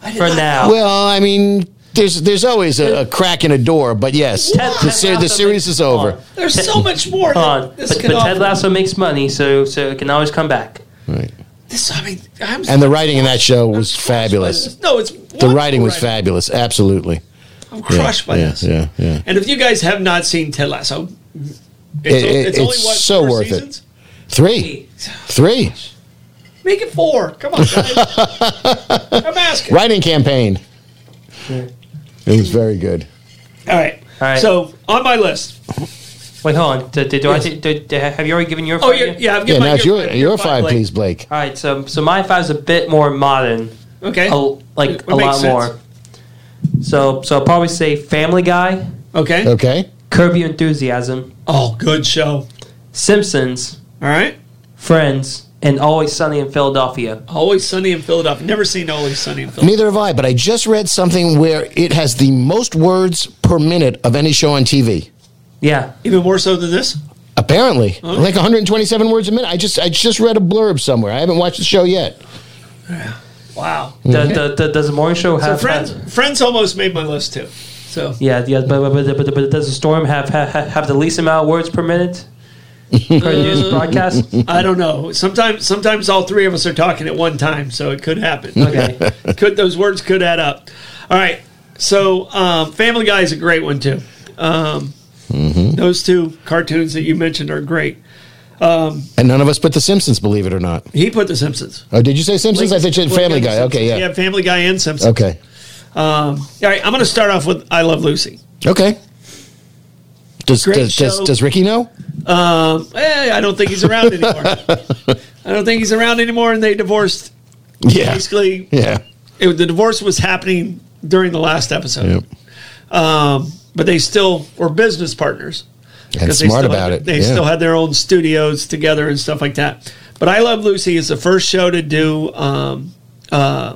[SPEAKER 1] I did
[SPEAKER 3] For
[SPEAKER 1] not-
[SPEAKER 3] now.
[SPEAKER 2] Well, I mean, there's there's always a, a crack in a door, but yes, the,
[SPEAKER 3] Ted- Ted
[SPEAKER 2] ser-
[SPEAKER 3] Lasso
[SPEAKER 2] the series
[SPEAKER 3] makes-
[SPEAKER 2] is over.
[SPEAKER 3] Hold
[SPEAKER 1] There's so much more.
[SPEAKER 3] on. Hold on.
[SPEAKER 1] This
[SPEAKER 3] But,
[SPEAKER 1] could
[SPEAKER 3] but Ted
[SPEAKER 1] offer-
[SPEAKER 3] Lasso makes money, so so it can always come back.
[SPEAKER 2] Right.
[SPEAKER 1] This, I mean, I'm.
[SPEAKER 2] And the writing in that show was fabulous.
[SPEAKER 1] No, it's
[SPEAKER 2] The writing was fabulous, absolutely.
[SPEAKER 1] I'm crushed by
[SPEAKER 2] yeah,
[SPEAKER 1] this.
[SPEAKER 2] Yeah, yeah.
[SPEAKER 1] And if you guys have not seen Ted Lasso, it's,
[SPEAKER 2] It- it- it's so
[SPEAKER 1] four
[SPEAKER 2] worth it. Three, three.
[SPEAKER 1] Make it four. Come on,
[SPEAKER 2] [LAUGHS]
[SPEAKER 1] guys. I'm asking.
[SPEAKER 2] Writing campaign. It was very good.
[SPEAKER 1] All right.
[SPEAKER 3] All right.
[SPEAKER 1] So on my list.
[SPEAKER 3] Wait, hold on. Do, do, do I,
[SPEAKER 1] Yes.
[SPEAKER 3] do, do- have you already given your
[SPEAKER 1] Oh
[SPEAKER 3] five
[SPEAKER 1] yeah,
[SPEAKER 3] yet?
[SPEAKER 1] yeah. I've
[SPEAKER 2] Yeah,
[SPEAKER 1] given
[SPEAKER 2] now
[SPEAKER 1] my-
[SPEAKER 2] it's your your five,
[SPEAKER 1] like-
[SPEAKER 2] please, Blake.
[SPEAKER 3] All right, so so my five's a bit more modern,
[SPEAKER 1] Okay.
[SPEAKER 3] a, like
[SPEAKER 1] It
[SPEAKER 3] a lot
[SPEAKER 1] makes
[SPEAKER 3] more. So so I'll probably say Family Guy,
[SPEAKER 1] Okay.
[SPEAKER 2] Okay,
[SPEAKER 3] Curb Your Enthusiasm,
[SPEAKER 1] Oh, good show.
[SPEAKER 3] Simpsons,
[SPEAKER 1] All right.
[SPEAKER 3] Friends, and Always Sunny in Philadelphia.
[SPEAKER 1] Always Sunny in Philadelphia. Never seen Always Sunny in Philadelphia.
[SPEAKER 2] neither have I, but I just read something where it has the most words per minute of any show on TV.
[SPEAKER 3] Yeah,
[SPEAKER 1] Even more so than this.
[SPEAKER 2] Apparently, like 127 words a minute. I just I just read a blurb somewhere. I haven't watched the show yet.
[SPEAKER 1] Wow.
[SPEAKER 2] Mm-hmm.
[SPEAKER 3] the, the, the, does the morning show
[SPEAKER 1] So
[SPEAKER 3] have
[SPEAKER 1] friends,
[SPEAKER 3] have-
[SPEAKER 1] friends almost made my list too. So
[SPEAKER 3] yeah, yeah, but but, but, but, but does the storm have, have have the least amount of words per minute per
[SPEAKER 1] [LAUGHS]
[SPEAKER 3] news broadcast?
[SPEAKER 1] I don't know. Sometimes, sometimes all three of us are talking at one time, so it could
[SPEAKER 2] [LAUGHS]
[SPEAKER 1] happen.
[SPEAKER 3] Okay.
[SPEAKER 1] could those words could add up? All right. So, um, Family Guy is a great one too. Um,
[SPEAKER 2] Mm-hmm.
[SPEAKER 1] Those two cartoons that you mentioned are great.
[SPEAKER 2] And none of us put The Simpsons, believe it or not.
[SPEAKER 1] He put The Simpsons.
[SPEAKER 2] Oh, did you say Simpsons? I said you said
[SPEAKER 1] Blake
[SPEAKER 2] Family
[SPEAKER 1] and The
[SPEAKER 2] Guy.
[SPEAKER 1] Simpsons.
[SPEAKER 2] Okay, yeah.
[SPEAKER 1] Yeah, Family Guy and Simpsons.
[SPEAKER 2] Okay.
[SPEAKER 1] All right, I'm going to start off with I Love Lucy.
[SPEAKER 2] Okay. Does
[SPEAKER 1] Great
[SPEAKER 2] does, does
[SPEAKER 1] show.
[SPEAKER 2] does Ricky know?
[SPEAKER 1] Um, eh, I don't think he's around
[SPEAKER 2] [LAUGHS]
[SPEAKER 1] anymore. I don't think he's around anymore, and they divorced.
[SPEAKER 2] Yeah.
[SPEAKER 1] Basically,
[SPEAKER 2] Yeah.
[SPEAKER 1] it, the divorce was happening during the last episode.
[SPEAKER 2] Yep.
[SPEAKER 1] Um, but they still were business partners.
[SPEAKER 2] And
[SPEAKER 1] 'cause they
[SPEAKER 2] smart
[SPEAKER 1] still
[SPEAKER 2] about
[SPEAKER 1] had,
[SPEAKER 2] it.
[SPEAKER 1] They
[SPEAKER 2] yeah.
[SPEAKER 1] still had their own studios together and stuff like that. But I Love Lucy is the first show to do um, uh,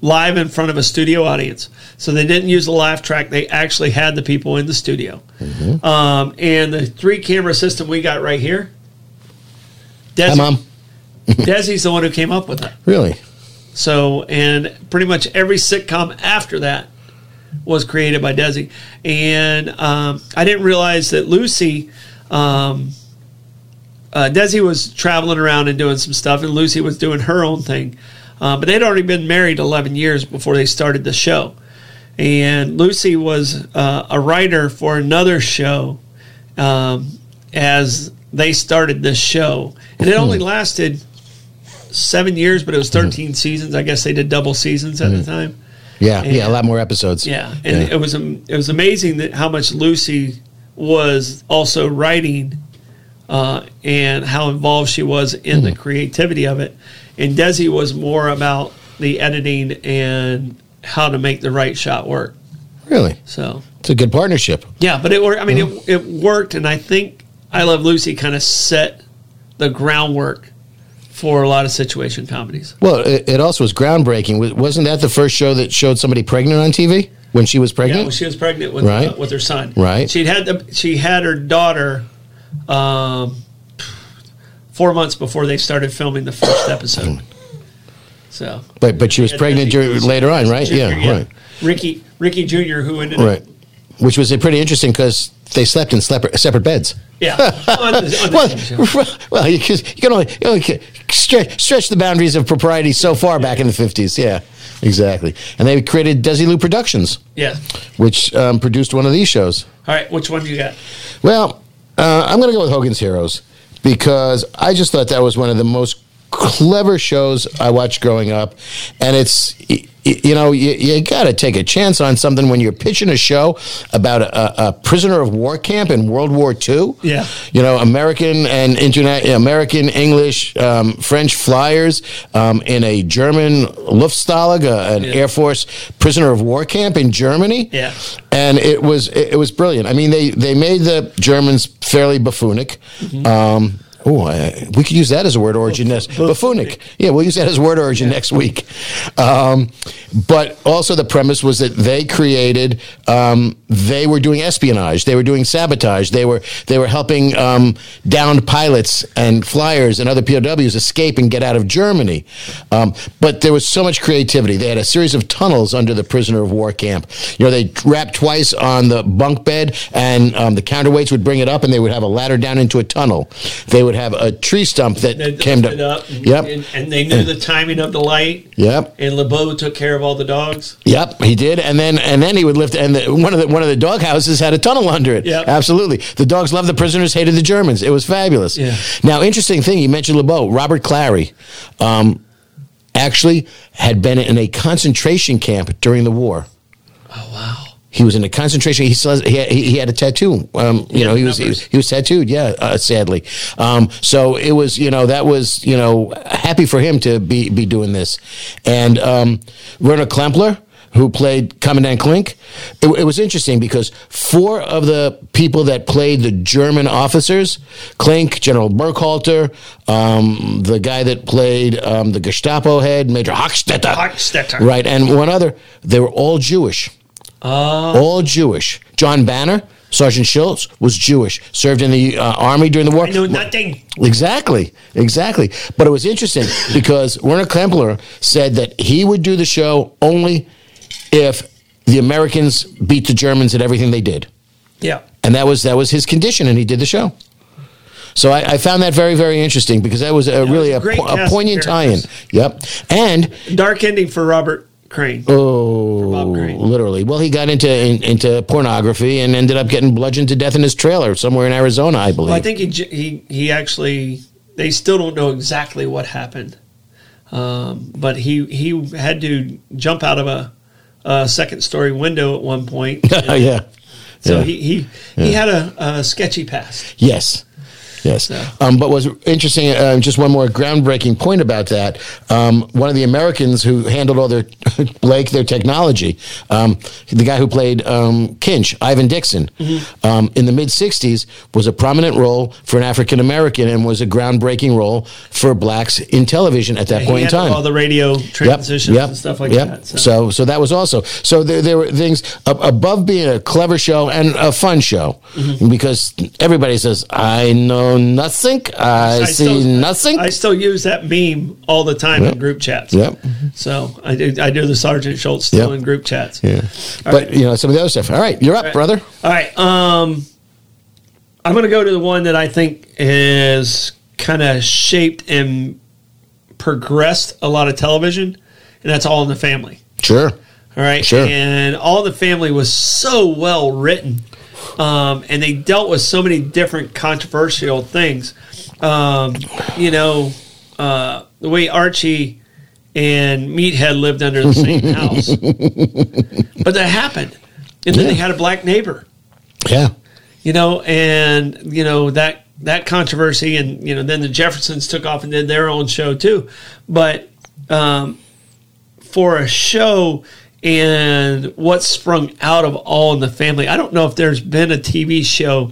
[SPEAKER 1] live in front of a studio audience. So they didn't use a laugh track. They actually had the people in the studio.
[SPEAKER 2] Mm-hmm.
[SPEAKER 1] Um, and the three camera system we got right here.
[SPEAKER 2] Hi,
[SPEAKER 1] Desi,
[SPEAKER 2] Mom. [LAUGHS]
[SPEAKER 1] Desi's the one who came up with it.
[SPEAKER 2] Really?
[SPEAKER 1] So, and pretty much every sitcom after that was created by Desi. And um, I didn't realize that Lucy, um, uh, Desi was traveling around and doing some stuff, and Lucy was doing her own thing. Uh, but they'd already been married 11 years before they started the show. And Lucy was uh, a writer for another show um, as they started this show. And it only lasted seven years, but it was 13 seasons. I guess they did double seasons at the time.
[SPEAKER 2] Yeah, yeah,
[SPEAKER 1] Yeah.
[SPEAKER 2] a lot more episodes.
[SPEAKER 1] Yeah, and
[SPEAKER 2] Yeah.
[SPEAKER 1] it was am- it was amazing that how much Lucy was also writing, uh, and how involved she was in the creativity of it. And Desi was more about the editing and how to make the right shot work.
[SPEAKER 2] Really?
[SPEAKER 1] So
[SPEAKER 2] It's a good partnership.
[SPEAKER 1] yeah, but it worked. I mean, it, it worked, and I think I Love Lucy kind of set the groundwork for a lot of situation comedies.
[SPEAKER 2] Well, it, it also was groundbreaking. Wa- Wasn't that the first show that showed somebody pregnant on TV when she was
[SPEAKER 1] Yeah,
[SPEAKER 2] pregnant?
[SPEAKER 1] when she was pregnant with
[SPEAKER 2] Right.
[SPEAKER 1] uh, with her son.
[SPEAKER 2] Right.
[SPEAKER 1] She had the, she had her daughter um, four months before they started filming the
[SPEAKER 2] [COUGHS]
[SPEAKER 1] first episode. So
[SPEAKER 2] but but she was
[SPEAKER 1] Yeah,
[SPEAKER 2] pregnant
[SPEAKER 1] Ricky
[SPEAKER 2] dur- later on, right?
[SPEAKER 1] Jr.,
[SPEAKER 2] Yeah, right,
[SPEAKER 1] Ricky Ricky Jr. who ended up
[SPEAKER 2] right. Which was uh, pretty interesting because they slept in separate, separate beds. [LAUGHS]
[SPEAKER 1] yeah on the, on the
[SPEAKER 2] Well,
[SPEAKER 1] same show.
[SPEAKER 2] well, you, can- you can only, you only can stretch, stretch the boundaries of propriety so far back in the fifties. Yeah, exactly. And they created Desi Lou Productions,
[SPEAKER 1] Yeah.
[SPEAKER 2] which um, produced one of these shows.
[SPEAKER 1] All right, which one do you got?
[SPEAKER 2] Well, uh, I'm going to go with Hogan's Heroes because I just thought that was one of the most clever shows I watched growing up, and it's. y- y- You know, you, you got to take a chance on something when you're pitching a show about a, a prisoner of war camp in World War II.
[SPEAKER 1] Yeah.
[SPEAKER 2] you know, American and internet, American English, um, French flyers um, in a German Luftstalag, uh, an
[SPEAKER 1] Yeah.
[SPEAKER 2] Air Force prisoner of war camp in Germany
[SPEAKER 1] Yeah.
[SPEAKER 2] and it was it, it was brilliant. I mean, they they made the Germans fairly buffoonic. Um, oh, I, we could use that as a word origin next buffoonic. Yeah, we'll use that as a word origin next week. Um, but also the premise was that they created um, they were doing espionage, they were doing sabotage, they were they were helping um, downed pilots and flyers and other POWs escape and get out of Germany. Um, but there was so much creativity. They had a series of tunnels under the prisoner of war camp. You know, they wrapped twice on the bunk bed, and um, the counterweights would bring it up, and they would have a ladder down into a tunnel. They would have a tree stump that
[SPEAKER 1] They
[SPEAKER 2] came
[SPEAKER 1] lifted
[SPEAKER 2] to.
[SPEAKER 1] up.
[SPEAKER 2] Yep.
[SPEAKER 1] And, and they knew the timing of the light.
[SPEAKER 2] Yep.
[SPEAKER 1] And LeBeau took care of all the dogs.
[SPEAKER 2] Yep, he did, and then and then he would lift, and the, one of the one of the dog houses had a tunnel under it.
[SPEAKER 1] Yep.
[SPEAKER 2] absolutely. The dogs loved the prisoners, hated the Germans. It was fabulous.
[SPEAKER 1] Yeah.
[SPEAKER 2] Now, interesting thing, you mentioned LeBeau, Robert Clary, um, actually had been in a concentration camp during the war.
[SPEAKER 1] Oh wow.
[SPEAKER 2] He was in a concentration. He still has, he, had, he he had a tattoo. Um, you know, he was, he was he was tattooed. Yeah, uh, sadly. Um, so it was you know that was you know happy for him to be be doing this, and um, Werner Klempler. Who played Commandant Klink? It, it was interesting because four of the people that played the German officers Klink, General Burkhalter, um, the guy that played um, the Gestapo head, Major Hochstetter.
[SPEAKER 1] Hochstetter.
[SPEAKER 2] Right, and one other. They were all Jewish all Jewish. John Banner, Sergeant Schultz, was Jewish. Served in the uh, army during the war.
[SPEAKER 1] I know nothing.
[SPEAKER 2] Exactly, exactly. But it was interesting because Werner Klempler said that he would do the show only if the Americans beat the Germans at everything they did,
[SPEAKER 1] Yeah.
[SPEAKER 2] and that was that was his condition, and he did the show. So I, I found that very, very interesting because that was a, really
[SPEAKER 1] a
[SPEAKER 2] a,
[SPEAKER 1] great
[SPEAKER 2] po- a
[SPEAKER 1] cast of
[SPEAKER 2] poignant tie-in.
[SPEAKER 1] characters.
[SPEAKER 2] Yep, and
[SPEAKER 1] Dark ending for Robert Crane.
[SPEAKER 2] Oh,
[SPEAKER 1] Bob Crane.
[SPEAKER 2] literally. Well, he got into in, into pornography and ended up getting bludgeoned to death in his trailer somewhere in Arizona, I believe.
[SPEAKER 1] Well, I
[SPEAKER 2] [LAUGHS]
[SPEAKER 1] think he, j- he he actually they still don't know exactly what happened, um, but he he had to jump out of a, a second story window at one point.
[SPEAKER 2] yeah.
[SPEAKER 1] So
[SPEAKER 2] Yeah.
[SPEAKER 1] he he, he had a, a sketchy past.
[SPEAKER 2] Yes. Yes.
[SPEAKER 1] So-
[SPEAKER 2] Um, but was interesting, um, just one more groundbreaking point about that. Um, one of the Americans who handled all their, [LAUGHS] Blake, their technology, um, the guy who played um, Kinch, Ivan Dixon,
[SPEAKER 1] Mm-hmm.
[SPEAKER 2] um, in the mid 60s was a prominent role for an African American and was a groundbreaking role for blacks in television at that point
[SPEAKER 1] he
[SPEAKER 2] in
[SPEAKER 1] handled
[SPEAKER 2] time.
[SPEAKER 1] all the radio
[SPEAKER 2] Yep,
[SPEAKER 1] transitions
[SPEAKER 2] yep,
[SPEAKER 1] and stuff like
[SPEAKER 2] yep.
[SPEAKER 1] that.
[SPEAKER 2] So. so, that was also so there, there were things ab- above being a clever show and a fun show because everybody says I know nothing, I, see nothing.
[SPEAKER 1] I still use that meme all the time
[SPEAKER 2] Yep.
[SPEAKER 1] in group chats.
[SPEAKER 2] Yep.
[SPEAKER 1] So I do, I do the Sergeant Schultz still
[SPEAKER 2] Yep.
[SPEAKER 1] in group chats.
[SPEAKER 2] yeah, but you know some of the other stuff. All right, you're up, brother.
[SPEAKER 1] All right. Um, I'm going to go to the one that I think is kind of shaped and progressed a lot of television, and that's All in the Family.
[SPEAKER 2] Sure.
[SPEAKER 1] All right.
[SPEAKER 2] Sure.
[SPEAKER 1] And All in the Family was so well written, um, and they dealt with so many different controversial things. Um, you know, uh, the way Archie and Meathead lived under the same house, but that happened. And then
[SPEAKER 2] Yeah.
[SPEAKER 1] they had a black neighbor
[SPEAKER 2] Yeah.
[SPEAKER 1] you know, and you know that that controversy, and you know, then the Jeffersons took off and did their own show too. But um, for a show and what sprung out of All in the Family, I don't know if there's been a TV show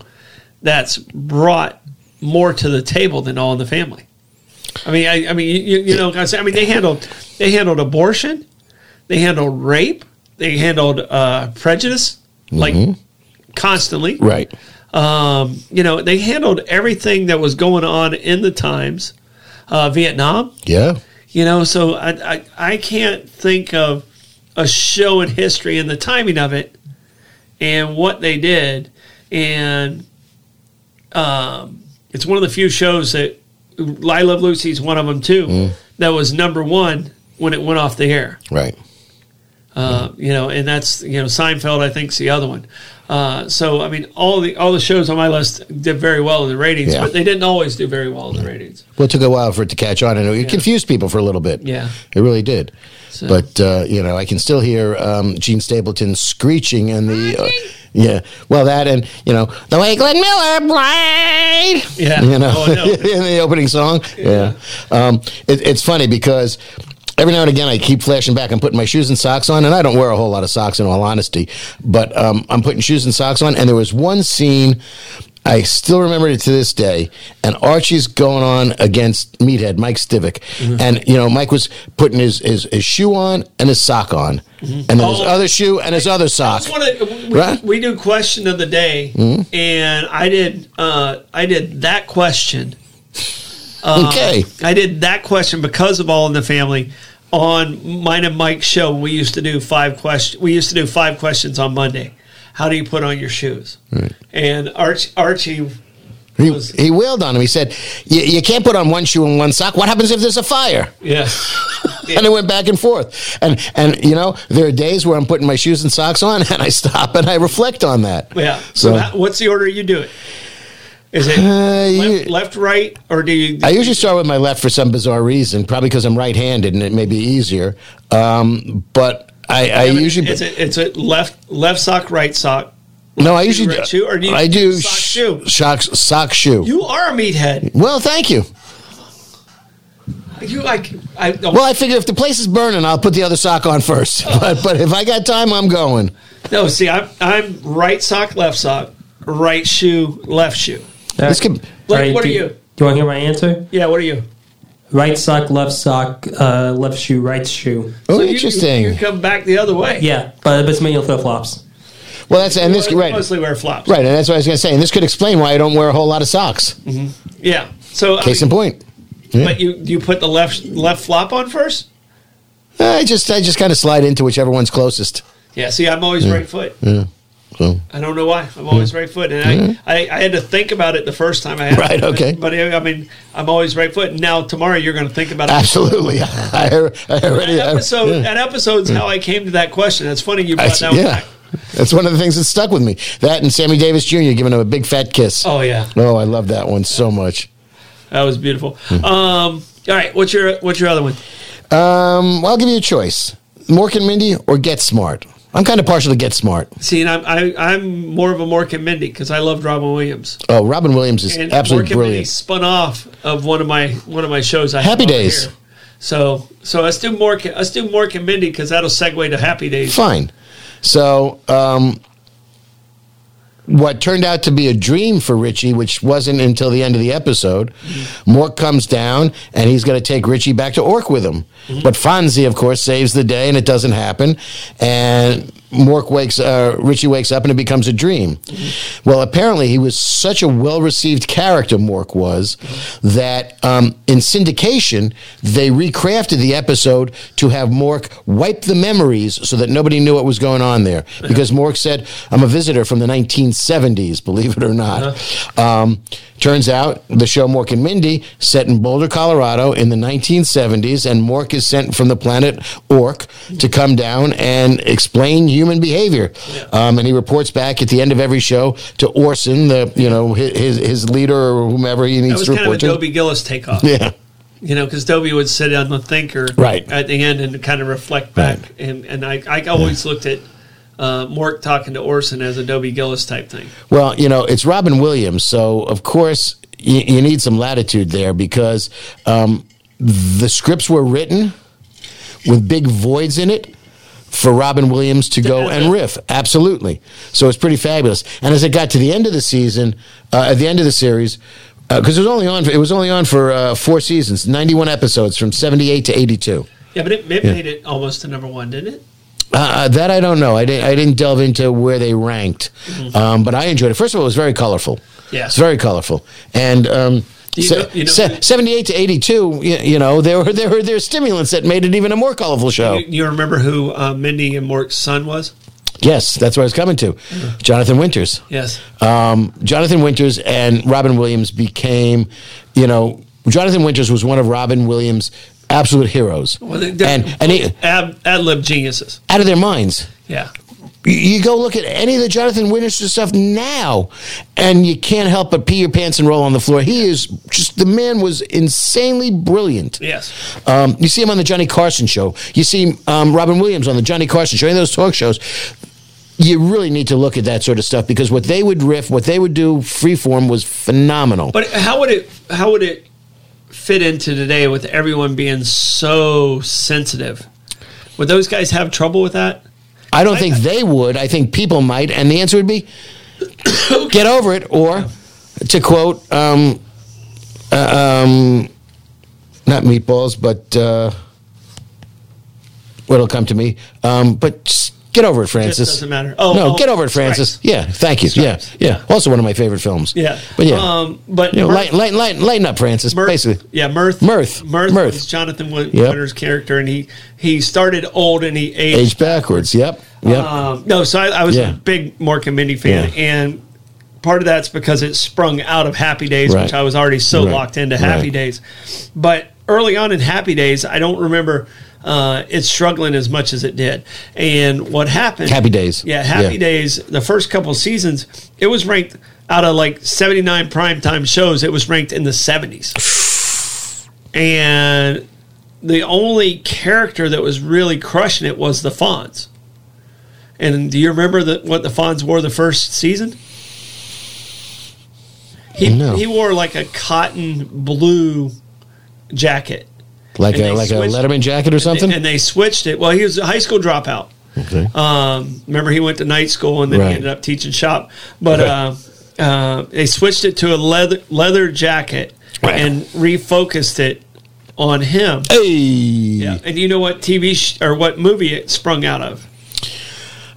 [SPEAKER 1] that's brought more to the table than All in the Family. I mean, I, I mean, you, you know, I mean, they handled they handled abortion, they handled rape, they handled uh, prejudice, like constantly.
[SPEAKER 2] Right.
[SPEAKER 1] Um, you know, they handled everything that was going on in the times. Uh, Vietnam,
[SPEAKER 2] Yeah.
[SPEAKER 1] you know, so I, I I can't think of a show in history and the timing of it and what they did. And um, it's one of the few shows that I Love Lucy's one of them too that was number one when it went off the air.
[SPEAKER 2] Right.
[SPEAKER 1] Uh, you know, and that's you know Seinfeld. I think's the other one. Uh, so I mean, all the all the shows on my list did very well in the ratings,
[SPEAKER 2] Yeah.
[SPEAKER 1] but they didn't always do very well in the ratings.
[SPEAKER 2] Well, it took a while for it to catch on, and it confused people for a little bit.
[SPEAKER 1] Yeah.
[SPEAKER 2] it really did. But uh, you know, I can still hear um, Gene Stapleton screeching in the. Uh, yeah, well, that and you know the way Glenn Miller played.
[SPEAKER 1] Yeah.
[SPEAKER 2] [LAUGHS] you know,
[SPEAKER 1] Oh, no.
[SPEAKER 2] in the opening song. Yeah, Um, it, it's funny because. Every now and again, I keep flashing back. I'm putting my shoes and socks on, and I don't wear a whole lot of socks, in all honesty. But um, I'm putting shoes and socks on, and there was one scene I still remember it to this day. And Archie's going on against Meathead, Mike Stivic. And, you know, Mike was putting his, his, his shoe on and his sock on. And then his
[SPEAKER 1] Oh.
[SPEAKER 2] other shoe and his other sock.
[SPEAKER 1] That's one of- we,
[SPEAKER 2] Right? Mm-hmm.
[SPEAKER 1] we do question of the day, and I did uh, I did that question.
[SPEAKER 2] okay.
[SPEAKER 1] I did that question because of All in the Family on mine and Mike's show. We used to do five question. We used to do five questions on Monday. How do you put on your shoes? And Arch, Archie,
[SPEAKER 2] He, he wailed on him. He said, "You- You can't put on one shoe and one sock. What happens if there's a fire?
[SPEAKER 1] yeah, [LAUGHS]
[SPEAKER 2] and it went back and forth. And and you know, there are days where I'm putting my shoes and socks on, [LAUGHS] and I stop and I reflect on that.
[SPEAKER 1] yeah. So,
[SPEAKER 2] So,
[SPEAKER 1] how- what's the order you do it? Is it
[SPEAKER 2] Uh, you-
[SPEAKER 1] left, left, right, or do you?
[SPEAKER 2] I usually start with my left for some bizarre reason, probably because I'm right-handed and it may be easier. Um, but I, I usually
[SPEAKER 1] it's a, it's a left left sock, right sock.
[SPEAKER 2] no, I
[SPEAKER 1] shoe,
[SPEAKER 2] usually
[SPEAKER 1] right shoe, or do you
[SPEAKER 2] I do
[SPEAKER 1] sock, shoe?
[SPEAKER 2] sock sock shoe.
[SPEAKER 1] You are a meathead.
[SPEAKER 2] well, thank you.
[SPEAKER 1] You like I
[SPEAKER 2] Well, I figure if the place is burning, I'll put the other sock on first. [LAUGHS] But but if I got time, I'm going.
[SPEAKER 1] no. See, I'm I'm right sock, left sock, right shoe, left shoe.
[SPEAKER 2] This could
[SPEAKER 1] Like,
[SPEAKER 3] Alright,
[SPEAKER 1] what
[SPEAKER 3] do,
[SPEAKER 1] are you?
[SPEAKER 3] Do you want to hear my answer?
[SPEAKER 1] Yeah, what are you?
[SPEAKER 3] Right sock, left sock, uh, left shoe, right shoe.
[SPEAKER 2] oh
[SPEAKER 1] So you-
[SPEAKER 2] interesting.
[SPEAKER 1] You, come back the other way.
[SPEAKER 3] Yeah, but but it's mainly flip flops.
[SPEAKER 2] well, that's and this
[SPEAKER 1] Well, you
[SPEAKER 2] right
[SPEAKER 1] Mostly wear flops.
[SPEAKER 2] right, and that's what I was going to say. And this could explain why I don't wear a whole lot of socks.
[SPEAKER 1] Yeah. So, I
[SPEAKER 2] Case in
[SPEAKER 1] mean,
[SPEAKER 2] point.
[SPEAKER 1] but you you put the left left flop on first.
[SPEAKER 2] I just I just kind of slide into whichever one's closest. [LAUGHS]
[SPEAKER 1] Yeah. See, I'm always right foot.
[SPEAKER 2] So
[SPEAKER 1] I don't know why. I'm always right foot, and I, I, I had to think about it the first time. I had
[SPEAKER 2] Right, okay.
[SPEAKER 1] But I mean, I'm always right foot. Now tomorrow you're going to think about it.
[SPEAKER 2] absolutely, I, I already
[SPEAKER 1] That episode,
[SPEAKER 2] I- Ah, yeah.
[SPEAKER 1] that episode's how I came to that question. That's funny you
[SPEAKER 2] I-
[SPEAKER 1] brought that one
[SPEAKER 2] yeah.
[SPEAKER 1] back.
[SPEAKER 2] That's one of the things that stuck with me. That and Sammy Davis Jr. giving him a big fat kiss.
[SPEAKER 1] Oh yeah,
[SPEAKER 2] Oh, I love that one so much.
[SPEAKER 1] that was beautiful.
[SPEAKER 2] Hmm.
[SPEAKER 1] Um, all right, what's your what's your other one?
[SPEAKER 2] Um, well, I'll give you a choice: Mork and Mindy or Get Smart. I'm kind of partial to Get Smart.
[SPEAKER 1] See, and I'm I, I'm more of a Mork and Mindy because I loved Robin Williams.
[SPEAKER 2] Oh, Robin Williams is
[SPEAKER 1] And
[SPEAKER 2] absolutely
[SPEAKER 1] Mork and Mindy
[SPEAKER 2] brilliant.
[SPEAKER 1] spun off of one of my one of my shows. I have
[SPEAKER 2] Happy
[SPEAKER 1] over
[SPEAKER 2] Days.
[SPEAKER 1] here. So so let's do Mork let's do Mork and Mindy because that'll segue to Happy Days.
[SPEAKER 2] Fine. So, um, what turned out to be a dream for Richie, which wasn't until the end of the episode, Mork comes down and he's going to take Richie back to Ork with him. But Fonzie, of course, saves the day and it doesn't happen. And Mork wakes, uh, Richie wakes up and it becomes a dream. Well, apparently he was such a well received character, Mork was, that um, in syndication, they recrafted the episode to have Mork wipe the memories so that nobody knew what was going on there. Because Mork said, I'm a visitor from the 1970s, believe it or not.
[SPEAKER 1] Uh-huh.
[SPEAKER 2] Um, turns out the show Mork and Mindy, set in Boulder, Colorado in the 1970s, and Mork is sent from the planet Ork to come down and explain human behavior. Um, and he reports back at the end of every show to Orson, the you know his his, his leader or whomever he
[SPEAKER 1] That
[SPEAKER 2] needs
[SPEAKER 1] was
[SPEAKER 2] to
[SPEAKER 1] kind of a
[SPEAKER 2] report to.
[SPEAKER 1] Dobie Gillis takeoff.
[SPEAKER 2] Yeah.
[SPEAKER 1] you know, because Dobie would sit on the thinker
[SPEAKER 2] Right.
[SPEAKER 1] at the end and kind of reflect back. And, and I, I always looked at uh, Mork talking to Orson as a Dobie Gillis type thing.
[SPEAKER 2] Well, you know, it's Robin Williams, so of course you, you need some latitude there because um, the scripts were written with big voids in it for Robin Williams to go and riff. Absolutely. So it's pretty fabulous. And as it got to the end of the season, uh, at the end of the series, because it was only on. It was only on for uh, four seasons, ninety-one episodes from seventy-eight to eighty-two.
[SPEAKER 1] Yeah, but it, it made it almost to number one, didn't it?
[SPEAKER 2] Uh, that I don't know. I didn't. I didn't delve into where they ranked,
[SPEAKER 1] Mm-hmm.
[SPEAKER 2] um, but I enjoyed it. First of all, it was very colorful.
[SPEAKER 1] Yeah.
[SPEAKER 2] it's very colorful, and um,
[SPEAKER 1] You
[SPEAKER 2] se-
[SPEAKER 1] know- you know-
[SPEAKER 2] se- seventy-eight to eighty-two. y- You, know, there were there were there were stimulants that made it even a more colorful show.
[SPEAKER 1] You, you remember who uh, Mindy and Mork's son was?
[SPEAKER 2] yes, that's what I was coming to.
[SPEAKER 1] Mm-hmm.
[SPEAKER 2] Jonathan Winters.
[SPEAKER 1] Yes.
[SPEAKER 2] um, Jonathan Winters and Robin Williams became, you know, Jonathan Winters was one of Robin Williams' absolute heroes,
[SPEAKER 1] Well, they-
[SPEAKER 2] and
[SPEAKER 1] they're-
[SPEAKER 2] and he,
[SPEAKER 1] Ab, ad lib geniuses.
[SPEAKER 2] out of their minds.
[SPEAKER 1] Yeah.
[SPEAKER 2] You- You go look at any of the Jonathan Winters stuff now, and you can't help but pee your pants and roll on the floor. He is just the man was insanely brilliant.
[SPEAKER 1] Yes.
[SPEAKER 2] Um, you see him on the Johnny Carson show. You see um, Robin Williams on the Johnny Carson show. Any of those talk shows. You really need to look at that sort of stuff because what they would riff, what they would do, freeform was phenomenal.
[SPEAKER 1] But how would it how would it fit into today with everyone being so sensitive? Would those guys have trouble with that?
[SPEAKER 2] I don't think they would. I think people might, and the answer would be [COUGHS] get over it, or to quote, um, uh, um, not meatballs, but uh, what'll come to me. Um, but just get over it,
[SPEAKER 1] It
[SPEAKER 2] Francis.
[SPEAKER 1] doesn't matter. Oh
[SPEAKER 2] no,
[SPEAKER 1] oh,
[SPEAKER 2] get over it, Francis.
[SPEAKER 1] Stripes.
[SPEAKER 2] Yeah, thank you.
[SPEAKER 1] Stripes.
[SPEAKER 2] Yeah, yeah. Also, one of my favorite films.
[SPEAKER 1] Yeah.
[SPEAKER 2] but yeah,
[SPEAKER 1] Um, but
[SPEAKER 2] you know,
[SPEAKER 1] Murph-
[SPEAKER 2] lighten, lighten, lighten, lighten up, Francis.
[SPEAKER 1] Mirth,
[SPEAKER 2] Basically,
[SPEAKER 1] yeah, Mirth,
[SPEAKER 2] Mirth,
[SPEAKER 1] Mirth,
[SPEAKER 2] Mirth.
[SPEAKER 1] was Jonathan Win-
[SPEAKER 2] Yep.
[SPEAKER 1] Winter's character, and he he started old and he aged.
[SPEAKER 2] age backwards. Yep, yep.
[SPEAKER 1] Um, no, so I, I was
[SPEAKER 2] Yeah.
[SPEAKER 1] a big Mork and Mindy fan,
[SPEAKER 2] Yeah.
[SPEAKER 1] and part of that's because it sprung out of Happy Days,
[SPEAKER 2] Right.
[SPEAKER 1] which I was already so
[SPEAKER 2] Right.
[SPEAKER 1] locked into Happy
[SPEAKER 2] Right.
[SPEAKER 1] Days. But early on in Happy Days, I don't remember uh, it struggling as much as it did. And what happened?
[SPEAKER 2] Happy Days.
[SPEAKER 1] Yeah, Happy
[SPEAKER 2] Yeah.
[SPEAKER 1] Days. The first couple seasons, it was ranked out of like 79 primetime shows. It was ranked in the 70s, and the only character that was really crushing it was the Fonz. And do you remember the, what the Fonz wore the first season? He
[SPEAKER 2] No.
[SPEAKER 1] he wore like a cotton blue jacket,
[SPEAKER 2] like
[SPEAKER 1] and
[SPEAKER 2] a
[SPEAKER 1] they
[SPEAKER 2] like a
[SPEAKER 1] switched-
[SPEAKER 2] Letterman jacket or something.
[SPEAKER 1] and they switched it. Well, he was a high school dropout.
[SPEAKER 2] okay.
[SPEAKER 1] Um, remember, he went to night school and then
[SPEAKER 2] Right.
[SPEAKER 1] he ended up teaching shop. But uh, uh, they switched it to a leather leather jacket
[SPEAKER 2] Right.
[SPEAKER 1] and refocused it on him.
[SPEAKER 2] hey.
[SPEAKER 1] Yeah. And you know what TV sh- or what movie it sprung out of?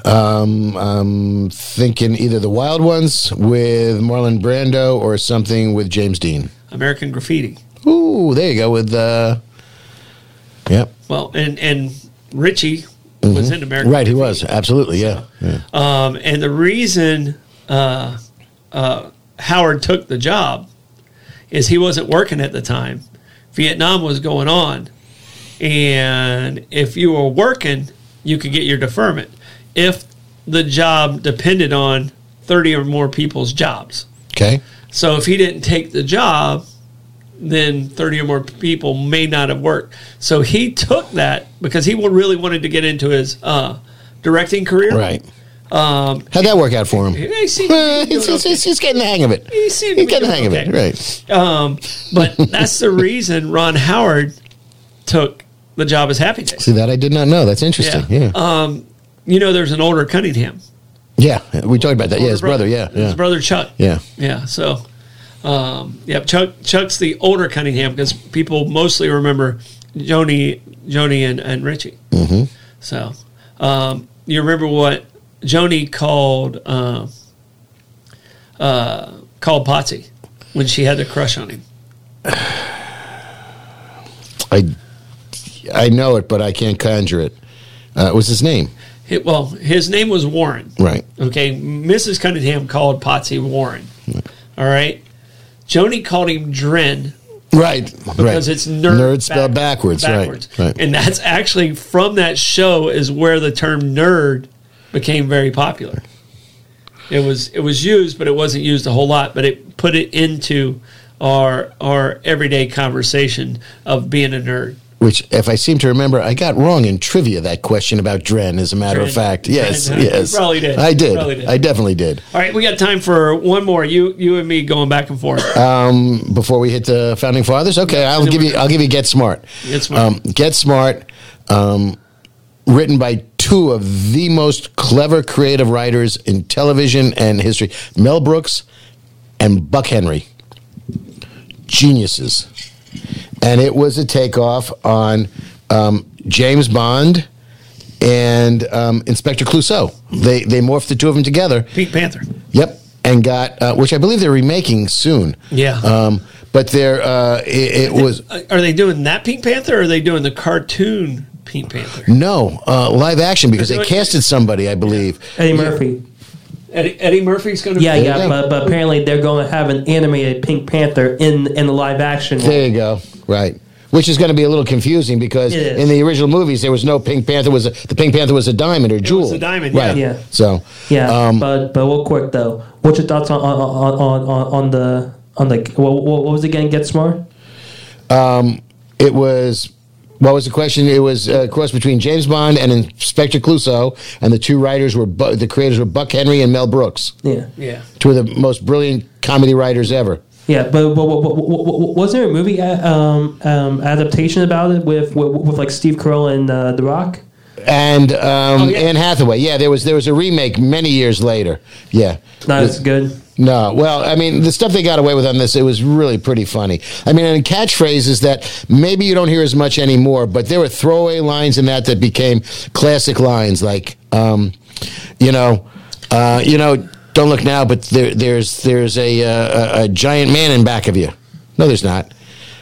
[SPEAKER 2] Um, I'm thinking either the Wild Ones with Marlon Brando or something with James Dean.
[SPEAKER 1] American Graffiti.
[SPEAKER 2] Ooh, there you go with uh, yep,
[SPEAKER 1] Well, and and Richie was in American.
[SPEAKER 2] Mm-hmm. right. He was absolutely yeah. yeah.
[SPEAKER 1] Um, and the reason uh, uh, Howard took the job is he wasn't working at the time. Vietnam was going on. And if you were working, you could get your deferment. If the job depended on 30 or more people's jobs.
[SPEAKER 2] Okay,
[SPEAKER 1] So if he didn't take the job, then 30 or more people may not have worked. So he took that because he really wanted to get into his uh, directing career.
[SPEAKER 2] right. Um, How'd that work out for him? [LAUGHS]
[SPEAKER 1] Yeah, he seemed-
[SPEAKER 2] Eh, he's, he's- he's- he's getting the hang of it.
[SPEAKER 1] He seemed to
[SPEAKER 2] He's
[SPEAKER 1] be
[SPEAKER 2] getting the
[SPEAKER 1] doing
[SPEAKER 2] hang of it,
[SPEAKER 1] okay.
[SPEAKER 2] right?
[SPEAKER 1] Um, but that's the reason Ron Howard took the job as Happy Days.
[SPEAKER 2] See that I did not know. That's interesting. Yeah, yeah.
[SPEAKER 1] Um, you know, there's an older Cunningham.
[SPEAKER 2] We talked about that. Yeah,
[SPEAKER 1] Older
[SPEAKER 2] his brother. Yeah, yeah,
[SPEAKER 1] His brother Chuck.
[SPEAKER 2] yeah.
[SPEAKER 1] Yeah. So, um, yeah, Chuck Chuck's the older Cunningham because people mostly remember Joni, Joni and, and Richie. Mm-hmm. So, um, you remember what Joni called uh, uh, called Potsy when she had the crush on him.
[SPEAKER 2] I I know it, but I can't conjure it. Uh, was his name
[SPEAKER 1] It, well, his name was Warren.
[SPEAKER 2] right?
[SPEAKER 1] Okay, Mrs. Cunningham called Potsy Warren. All right, Joni called him Dren
[SPEAKER 2] Right,
[SPEAKER 1] because
[SPEAKER 2] right.
[SPEAKER 1] it's nerd,
[SPEAKER 2] Nerd spelled backwards, right, right.
[SPEAKER 1] And that's actually from that show is where the term nerd became very popular. It was it was used, but it wasn't used a whole lot. But it put it into our our everyday conversation of being a nerd.
[SPEAKER 2] Which, if I seem to remember, I got wrong in trivia that question about Dren. As a matter of
[SPEAKER 1] Dren.
[SPEAKER 2] fact, yes,
[SPEAKER 1] Dren, huh?
[SPEAKER 2] yes,
[SPEAKER 1] You probably did.
[SPEAKER 2] I
[SPEAKER 1] You
[SPEAKER 2] did.
[SPEAKER 1] probably did.
[SPEAKER 2] I definitely did.
[SPEAKER 1] All right, we got time for one more. You you and me going back and forth.
[SPEAKER 2] Um, before we hit the founding fathers, okay, I'll
[SPEAKER 1] then
[SPEAKER 2] give
[SPEAKER 1] we're
[SPEAKER 2] you. I'll give you Get Smart.
[SPEAKER 1] Get Smart.
[SPEAKER 2] Um, Get Smart, um, written by two of the most clever creative writers in television and history, Mel Brooks and Buck Henry. geniuses, and it was a takeoff on um, James Bond and um, Inspector Clouseau. They they morphed the two of them together.
[SPEAKER 1] Pink Panther.
[SPEAKER 2] Yep, and got uh, which I believe they're remaking soon.
[SPEAKER 1] Yeah.
[SPEAKER 2] um, but they're uh, it, it was
[SPEAKER 1] Uh, Are they doing that Pink Panther or are they doing the cartoon Pink Panther?
[SPEAKER 2] no uh, live action because they
[SPEAKER 1] They're doing-
[SPEAKER 2] casted somebody, I believe.
[SPEAKER 3] Eddie Murphy.
[SPEAKER 1] Eddie, Eddie Murphy's going to
[SPEAKER 3] Yeah,
[SPEAKER 1] be
[SPEAKER 3] yeah,
[SPEAKER 2] you go.
[SPEAKER 3] but, but apparently they're going to have an animated Pink Panther in in the live action.
[SPEAKER 2] There you go. Right. Which is going to be a little confusing because
[SPEAKER 3] It is.
[SPEAKER 2] in the original movies there was no Pink Panther was a, the Pink Panther was a diamond or jewel.
[SPEAKER 1] a diamond,
[SPEAKER 2] right?
[SPEAKER 3] yeah. Yeah.
[SPEAKER 2] So
[SPEAKER 3] Yeah,
[SPEAKER 2] um,
[SPEAKER 3] but but real quick though, what's your thoughts on on on on, on the on the what, what what was it again? Get smart.
[SPEAKER 2] it was what was the question? It was uh, of course between James Bond and Inspector Clouseau, and the two writers were Bu- the creators were Buck Henry and Mel Brooks,
[SPEAKER 3] Yeah,
[SPEAKER 1] Yeah.
[SPEAKER 2] two of the most brilliant comedy writers ever.
[SPEAKER 3] yeah, but, but, but, but- but- but- was there a movie uh, um, um, adaptation about it with with, with like Steve Carell and uh, The Rock?
[SPEAKER 2] And um,
[SPEAKER 1] yeah.
[SPEAKER 2] Anne Hathaway, yeah, there was there was a remake many years later. Yeah,
[SPEAKER 3] Not as good.
[SPEAKER 2] No, well, I mean, the stuff they got away with on this, it was really pretty funny. I mean, and catchphrases that maybe you don't hear as much anymore, but there were throwaway lines in that that became classic lines, like, um, you know, uh, you know, don't look now, but there, there's there's a, uh, a a giant man in back of you. No, there's not.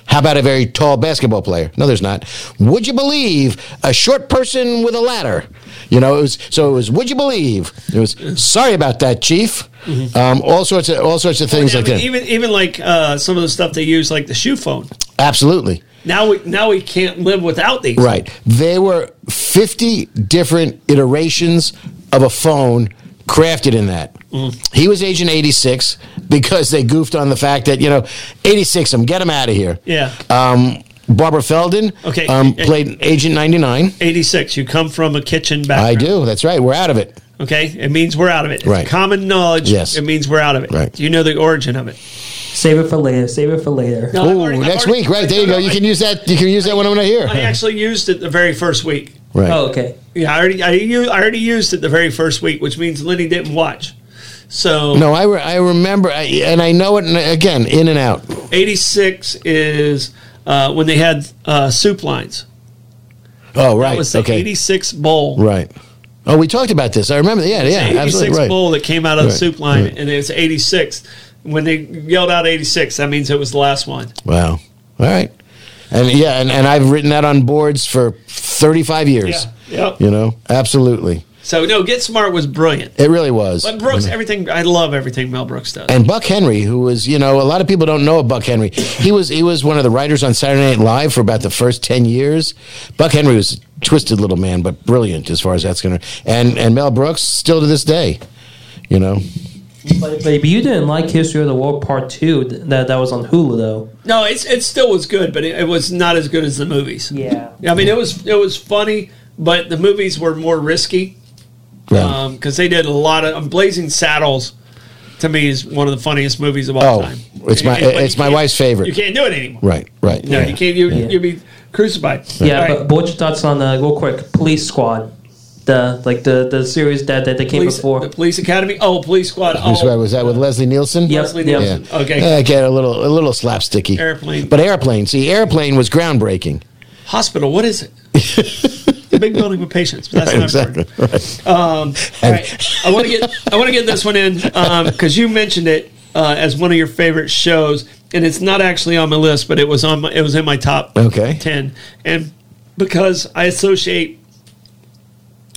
[SPEAKER 2] How about a very tall basketball player? No, there's not. Would you believe a short person with a ladder? You know, it was so. It was. Would you believe? It was. Sorry about that, chief.
[SPEAKER 1] Mm-hmm.
[SPEAKER 2] Um, all sorts of all sorts of things
[SPEAKER 1] I
[SPEAKER 2] like
[SPEAKER 1] mean,
[SPEAKER 2] that.
[SPEAKER 1] even even like uh, some of the stuff they use, like the shoe phone.
[SPEAKER 2] Absolutely
[SPEAKER 1] Now we now we can't live without these.
[SPEAKER 2] right. There were fifty different iterations of a phone crafted in that.
[SPEAKER 1] Mm.
[SPEAKER 2] He was agent eighty six because they goofed on the fact that you know eighty six him get him out of here.
[SPEAKER 1] Yeah.
[SPEAKER 2] Um, Barbara Feldon
[SPEAKER 1] Okay. [LAUGHS]
[SPEAKER 2] um, played agent ninety nine.
[SPEAKER 1] Eighty six. You come from a kitchen
[SPEAKER 2] I
[SPEAKER 1] background.
[SPEAKER 2] do. That's right. We're out of it.
[SPEAKER 1] Okay. It means we're out of it. It's
[SPEAKER 2] Right.
[SPEAKER 1] Common knowledge.
[SPEAKER 2] Yes.
[SPEAKER 1] It means we're out of it.
[SPEAKER 2] Right.
[SPEAKER 1] You know the origin of it.
[SPEAKER 3] Save it for later. Save it for later.
[SPEAKER 1] No, I've
[SPEAKER 2] Ooh,
[SPEAKER 1] already- I've
[SPEAKER 2] next
[SPEAKER 1] already- Oh,
[SPEAKER 2] week, right? There you go. You can use that. You can use that when I'm not here.
[SPEAKER 1] I actually used it the very first week.
[SPEAKER 2] Right.
[SPEAKER 3] Oh, okay.
[SPEAKER 1] Yeah, I already I, u- I already used it the very first week, which means Lenny didn't watch. So
[SPEAKER 2] No, I, re- I remember, I, and I know it and again, in and out.
[SPEAKER 1] 86 is uh, when they had uh, soup lines.
[SPEAKER 2] Oh, right.
[SPEAKER 1] That was the
[SPEAKER 2] okay.
[SPEAKER 1] 86 bowl.
[SPEAKER 2] Right. Oh, we talked about this. I remember. Yeah, yeah,
[SPEAKER 1] 86
[SPEAKER 2] absolutely. Right.
[SPEAKER 1] bowl that came out of the
[SPEAKER 2] Right,
[SPEAKER 1] soup line,
[SPEAKER 2] right.
[SPEAKER 1] and it's 86. When they yelled out 86, that means it was the last one.
[SPEAKER 2] Wow. All right. And yeah, and, and I've written that on boards for 35 years.
[SPEAKER 1] Yeah. Yep.
[SPEAKER 2] You know, absolutely.
[SPEAKER 1] So, no, Get Smart was brilliant.
[SPEAKER 2] It really was.
[SPEAKER 1] But Brooks, everything, I love everything Mel Brooks does.
[SPEAKER 2] and Buck Henry, who was, you know, a lot of people don't know of Buck Henry. He was he was one of the writers on Saturday Night Live for about the first ten years. Buck Henry was a twisted little man, but brilliant as far as that's concerned. And and Mel Brooks still to this day, you know.
[SPEAKER 3] But, but you didn't like History of the World Part Two th- that that was on Hulu though.
[SPEAKER 1] No, it's it still was good, but it, it was not as good as the movies.
[SPEAKER 3] Yeah.
[SPEAKER 1] I mean, it was it was funny, but the movies were more risky
[SPEAKER 2] Yeah.
[SPEAKER 1] because they did a lot of um, Blazing Saddles. To me, is one of the funniest movies of all
[SPEAKER 2] Oh,
[SPEAKER 1] time.
[SPEAKER 2] it's my-
[SPEAKER 1] And- but
[SPEAKER 2] it's
[SPEAKER 1] you
[SPEAKER 2] my
[SPEAKER 1] can't-
[SPEAKER 2] wife's favorite.
[SPEAKER 1] You can't do it anymore.
[SPEAKER 2] Right, right.
[SPEAKER 1] No, you can't. You
[SPEAKER 3] Yeah.
[SPEAKER 1] you'll be crucified.
[SPEAKER 3] Yeah,
[SPEAKER 1] All right.
[SPEAKER 3] but, but what's your thoughts on uh, real quick Police Squad, the like the the series that that they came
[SPEAKER 1] police,
[SPEAKER 3] before.
[SPEAKER 1] the police academy. Oh, police squad. Oh,
[SPEAKER 2] Who's- was that with Leslie Nielsen?
[SPEAKER 3] Yep.
[SPEAKER 1] Leslie
[SPEAKER 3] Yeah.
[SPEAKER 1] Nielsen. Okay,
[SPEAKER 2] Yeah, get a little a little slapsticky.
[SPEAKER 1] Airplane.
[SPEAKER 2] But airplane. See, airplane was groundbreaking.
[SPEAKER 1] hospital. What
[SPEAKER 2] [LAUGHS]
[SPEAKER 1] is it? the big building with patients. But that's not important.
[SPEAKER 2] Right.
[SPEAKER 1] All right. I want to get I want to get this one in because you mentioned it uh, as one of your favorite shows, and it's not actually on my list, but it was on my, it was in my top
[SPEAKER 2] Okay.
[SPEAKER 1] ten, and because I associate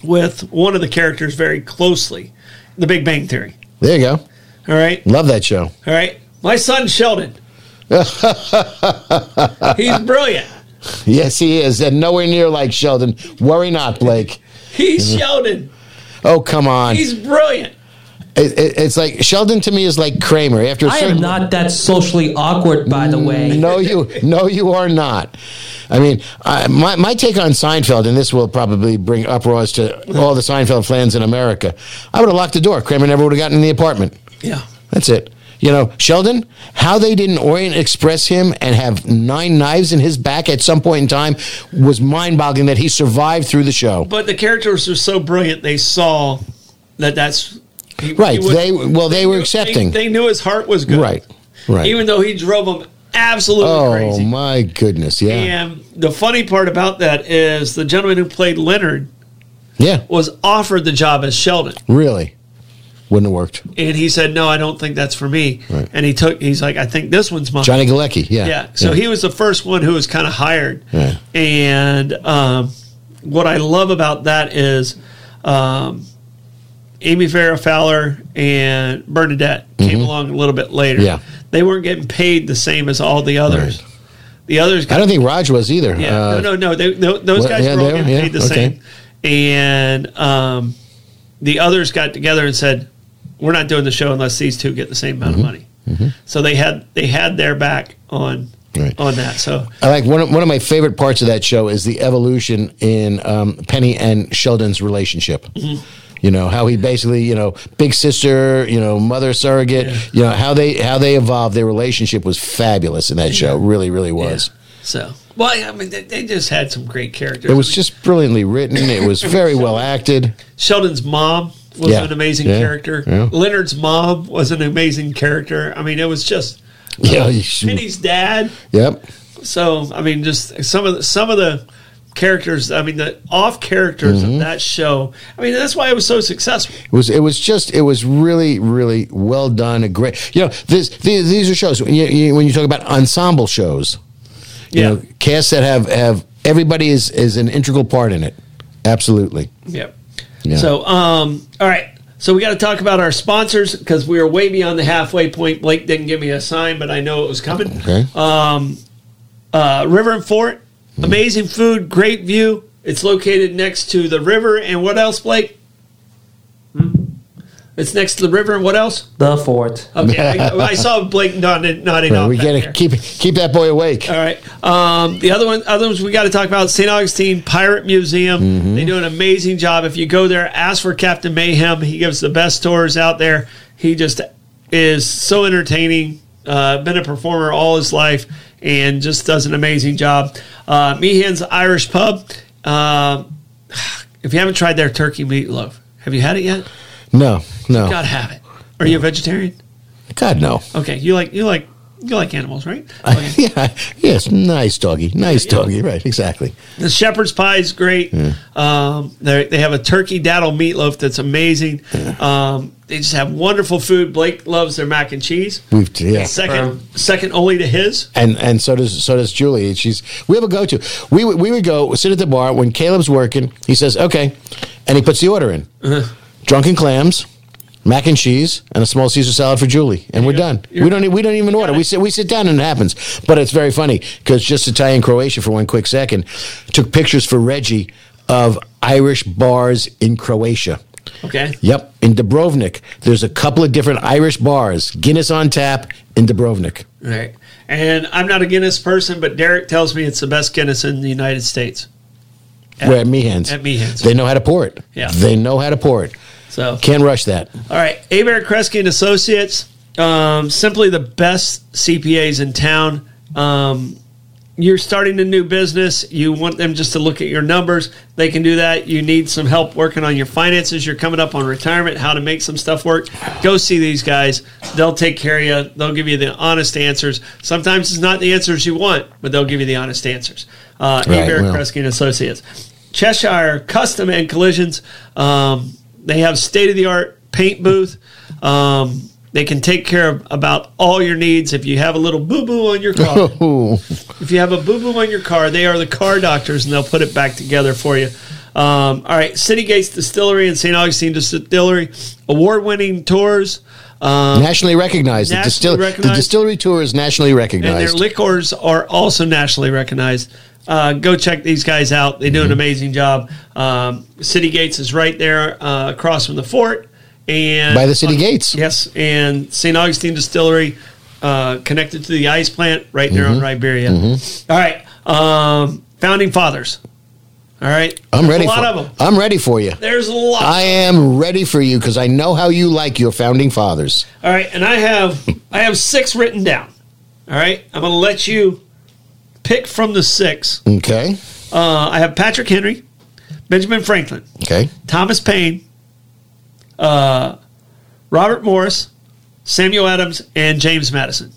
[SPEAKER 1] with one of the characters very closely, The Big Bang Theory.
[SPEAKER 2] There you go.
[SPEAKER 1] All right,
[SPEAKER 2] Love that show. [LAUGHS]
[SPEAKER 1] all right. My son Sheldon, he's brilliant.
[SPEAKER 2] Yes, he is, and nowhere near like Sheldon. Worry not, Blake.
[SPEAKER 1] He's Sheldon.
[SPEAKER 2] Oh, come on.
[SPEAKER 1] He's brilliant.
[SPEAKER 2] It, it, it's like Sheldon to me is like Kramer. After a
[SPEAKER 3] I
[SPEAKER 2] certain,
[SPEAKER 3] am not that socially awkward, by the way.
[SPEAKER 2] [LAUGHS] No, you, no, you are not. I mean, I, my my take on Seinfeld, and this will probably bring uproars to all the Seinfeld fans in America. I would have locked the door. Kramer never would have gotten in the apartment.
[SPEAKER 1] Yeah.
[SPEAKER 2] That's it. You know, Sheldon, how they didn't orient express him and have nine knives in his back at some point in time was mind boggling that he survived through the show.
[SPEAKER 1] But the characters are so brilliant. They saw that that's he-
[SPEAKER 2] Right.
[SPEAKER 1] he was-
[SPEAKER 2] They well, they were
[SPEAKER 1] knew-
[SPEAKER 2] accepting.
[SPEAKER 1] They, they knew his heart was good.
[SPEAKER 2] Right. Right.
[SPEAKER 1] Even though he drove him absolutely
[SPEAKER 2] Oh
[SPEAKER 1] crazy.
[SPEAKER 2] my goodness! Yeah,
[SPEAKER 1] And the funny part about that is the gentleman who played Leonard
[SPEAKER 2] yeah,
[SPEAKER 1] was offered the job as Sheldon,
[SPEAKER 2] really, wouldn't have worked.
[SPEAKER 1] and he said, "No, I don't think that's for me."
[SPEAKER 2] Right.
[SPEAKER 1] And he took. He's like, "I think this one's mine."
[SPEAKER 2] Johnny Galecki, yeah,
[SPEAKER 1] Yeah. So he was the first one who was kind of hired.
[SPEAKER 2] Yeah.
[SPEAKER 1] And um, what I love about that is um, Amy Farrah Fowler and Bernadette came along a little bit later.
[SPEAKER 2] Mm-hmm. Yeah.
[SPEAKER 1] They weren't getting paid the same as all the others. The others
[SPEAKER 2] I
[SPEAKER 1] got
[SPEAKER 2] don't think Raj was either.
[SPEAKER 1] yeah,
[SPEAKER 2] Uh,
[SPEAKER 1] no, no, no. They, no those
[SPEAKER 2] What-
[SPEAKER 1] guys
[SPEAKER 2] yeah,
[SPEAKER 1] were all
[SPEAKER 2] they were?
[SPEAKER 1] getting
[SPEAKER 2] Yeah,
[SPEAKER 1] paid the
[SPEAKER 2] okay.
[SPEAKER 1] same, and um, the others got together and said, "We're not doing the show unless these two get the same amount
[SPEAKER 2] Mm-hmm.
[SPEAKER 1] of money." So they had they had their back on
[SPEAKER 2] Right.
[SPEAKER 1] on that. So
[SPEAKER 2] I like one of, one of my favorite parts of that show is the evolution in um, Penny and Sheldon's relationship.
[SPEAKER 1] Mm-hmm.
[SPEAKER 2] You know how he basically, you know, big sister, you know, mother surrogate. You know how they how they evolved. Their relationship was fabulous in that show. Really, really was.
[SPEAKER 1] so well, I mean, they, they just had some great characters.
[SPEAKER 2] It was just brilliantly written. It was
[SPEAKER 1] [LAUGHS]
[SPEAKER 2] very well acted.
[SPEAKER 1] Sheldon's mom was
[SPEAKER 2] Yeah.
[SPEAKER 1] an amazing
[SPEAKER 2] Yeah.
[SPEAKER 1] character.
[SPEAKER 2] Yeah.
[SPEAKER 1] Leonard's mom was an amazing character. I mean, it was just
[SPEAKER 2] Yeah, you should-
[SPEAKER 1] Penny's dad.
[SPEAKER 2] yep.
[SPEAKER 1] So I mean, just some of the, some of the characters. I mean, the off characters
[SPEAKER 2] Mm-hmm.
[SPEAKER 1] of that show. I mean, that's why it was so successful.
[SPEAKER 2] It was it was just it was really really well done. A great you know this these, these are shows when you, you, when you talk about ensemble shows. You
[SPEAKER 1] Yeah.
[SPEAKER 2] know, casts that have have everybody is is an integral part in it. Absolutely.
[SPEAKER 1] Yep.
[SPEAKER 2] Yeah.
[SPEAKER 1] So, um, all right. So we got to talk about our sponsors because we are way beyond the halfway point. Blake didn't give me a sign, but I know it was coming.
[SPEAKER 2] Okay.
[SPEAKER 1] oh, Uh, river and Fort,
[SPEAKER 2] Mm-hmm.
[SPEAKER 1] amazing food, great view. It's located next to the river, and what else, Blake? It's next to the river, and what else?
[SPEAKER 3] The fort.
[SPEAKER 1] Okay, I, I saw Blake nodding, nodding
[SPEAKER 2] Right,
[SPEAKER 1] off.
[SPEAKER 2] we
[SPEAKER 1] back
[SPEAKER 2] gotta
[SPEAKER 1] there. Uh,
[SPEAKER 2] keep keep that boy awake.
[SPEAKER 1] All right. Um, the other one, other ones we got to talk about: St. Augustine Pirate Museum. They do an amazing job. If you go there, ask for Captain Mayhem. He gives the best tours out there. He just is so entertaining. Uh, been a performer all his life, and just does an amazing job. Uh, Meehan's Irish Pub. Uh, if you haven't tried their turkey meatloaf, have you had it yet?
[SPEAKER 2] No, no,
[SPEAKER 1] Gotta have it. Are you a vegetarian?
[SPEAKER 2] God, no.
[SPEAKER 1] Okay, you like you like you like animals, right? Okay.
[SPEAKER 2] [LAUGHS] yeah, yes, nice doggy, nice doggy. Right, exactly.
[SPEAKER 1] The shepherd's pie is great.
[SPEAKER 2] Hmm.
[SPEAKER 1] Um, they they have a turkey daddle meatloaf that's amazing.
[SPEAKER 2] Hmm.
[SPEAKER 1] Um, they just have wonderful food. Blake loves their mac and cheese.
[SPEAKER 2] We've yeah.
[SPEAKER 1] Second,
[SPEAKER 3] Um,
[SPEAKER 1] second only to his.
[SPEAKER 2] and and so does so does Julie. She's we have a go to. We would- we would go sit at the bar when Caleb's working. He says okay, and he puts the order in: drunken clams, mac and cheese, and a small Caesar salad for Julie, and we're done. We don't e- we don't even order. We sit we sit down and it happens. But it's very funny because just to tie in Croatia for one quick second, took pictures for Reggie of Irish bars in Croatia.
[SPEAKER 1] Okay.
[SPEAKER 2] Yep, in Dubrovnik, there's a couple of different Irish bars. Guinness on tap in Dubrovnik.
[SPEAKER 1] All right. And I'm not a Guinness person, but Derek tells me it's the best Guinness in the United States.
[SPEAKER 2] We're at Meehan's.
[SPEAKER 1] at Meehan's.
[SPEAKER 2] They know how to pour it.
[SPEAKER 1] Yeah.
[SPEAKER 2] They know how to pour it.
[SPEAKER 1] So
[SPEAKER 2] Can't rush that.
[SPEAKER 1] All right, Abear Kresge and Associates, um, simply the best CPAs in town. Um, you're starting a new business. You want them just to look at your numbers. They can do that. You need some help working on your finances. You're coming up on retirement. How to make some stuff work? Go see these guys. They'll take care of you. They'll give you the honest answers. Sometimes it's not the answers you want, but they'll give you the honest answers. Uh,
[SPEAKER 2] Right,
[SPEAKER 1] Abear
[SPEAKER 2] well.
[SPEAKER 1] Kresge and Associates. Cheshire Custom and Collisions. Um, they have state of the art paint booth. Um, they can take care of about all your needs. If you have a little boo boo on your
[SPEAKER 2] [LAUGHS]
[SPEAKER 1] car,
[SPEAKER 2] Ooh.
[SPEAKER 1] if you have a boo boo on your car, they are the car doctors and they'll put it back together for you. Um, all right, City Gates Distillery and St. Augustine Distillery, award winning tours.
[SPEAKER 2] nationally recognized.
[SPEAKER 1] Um, Nationally
[SPEAKER 2] the, distil- the
[SPEAKER 1] recognized.
[SPEAKER 2] distillery tour is nationally
[SPEAKER 1] and their
[SPEAKER 2] recognized.
[SPEAKER 1] liquors are also nationally recognized. Uh, go check these guys out; they do
[SPEAKER 2] Mm-hmm.
[SPEAKER 1] an amazing job. Um, City Gates is right there uh, across from the fort, and
[SPEAKER 2] By the city gates.
[SPEAKER 1] Yes, and St. Augustine Distillery, uh, connected to the ice plant right there on
[SPEAKER 2] Mm-hmm.
[SPEAKER 1] Riberia. All right, um, founding fathers. All right,
[SPEAKER 2] I'm
[SPEAKER 1] There's
[SPEAKER 2] ready
[SPEAKER 1] A lot
[SPEAKER 2] for
[SPEAKER 1] of them.
[SPEAKER 2] I'm ready for you.
[SPEAKER 1] There's a lot.
[SPEAKER 2] I am ready for you because I know how you like your founding fathers.
[SPEAKER 1] All right, and I have I have six written down. All right, I'm going to let you pick from the six.
[SPEAKER 2] Okay.
[SPEAKER 1] Uh, I have Patrick Henry, Benjamin Franklin,
[SPEAKER 2] Okay.
[SPEAKER 1] Thomas Paine, uh, Robert Morris, Samuel Adams, and James Madison.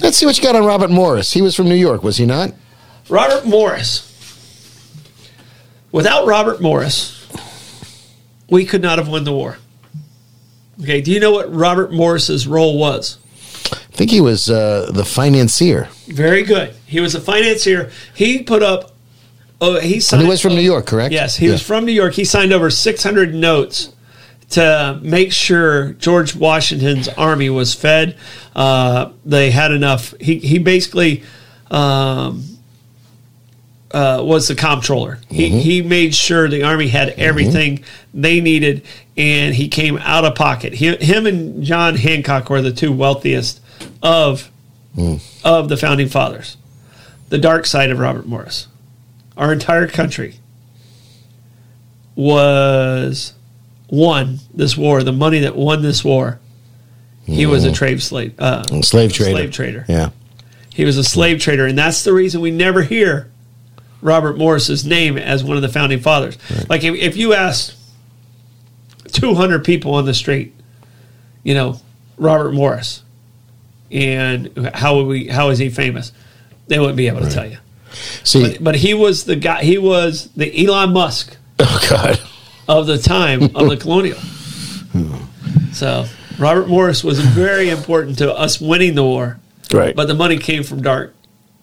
[SPEAKER 2] Let's see what you got on Robert Morris. He was from New York, was he not?
[SPEAKER 1] Robert Morris. Without Robert Morris, we could not have won the war. Okay, do you know what Robert Morris's role was?
[SPEAKER 2] I think he was uh, the financier.
[SPEAKER 1] Very good. He was a financier. He put up. Oh, he signed.
[SPEAKER 2] He was from New York, correct?
[SPEAKER 1] Yes, he was
[SPEAKER 2] Yeah.
[SPEAKER 1] from New York. He signed over 600 notes to make sure George Washington's army was fed. Uh, they had enough. He, he basically um, uh, was the comptroller. He,
[SPEAKER 2] Mm-hmm.
[SPEAKER 1] he made sure the army had everything they needed, and he came out of pocket. He, him and John Hancock were the two wealthiest of
[SPEAKER 2] Mm.
[SPEAKER 1] of the founding fathers. The dark side of Robert Morris. Our entire country was won this war. The money that won this war, he was a trade slave. Uh,
[SPEAKER 2] Slave trader.
[SPEAKER 1] Slave trader.
[SPEAKER 2] Yeah.
[SPEAKER 1] He was a slave trader, and that's the reason we never hear Robert Morris's name as one of the founding fathers. Like if, if you asked 200 people on the street, you know, Robert Morris, and how would we? How is he famous? They wouldn't be able to tell you.
[SPEAKER 2] See,
[SPEAKER 1] But he was the guy. He was the Elon Musk
[SPEAKER 2] [LAUGHS] oh God,
[SPEAKER 1] of the time of the colonial. So Robert Morris was very important to us winning the war,
[SPEAKER 2] right?
[SPEAKER 1] but the money came from dark,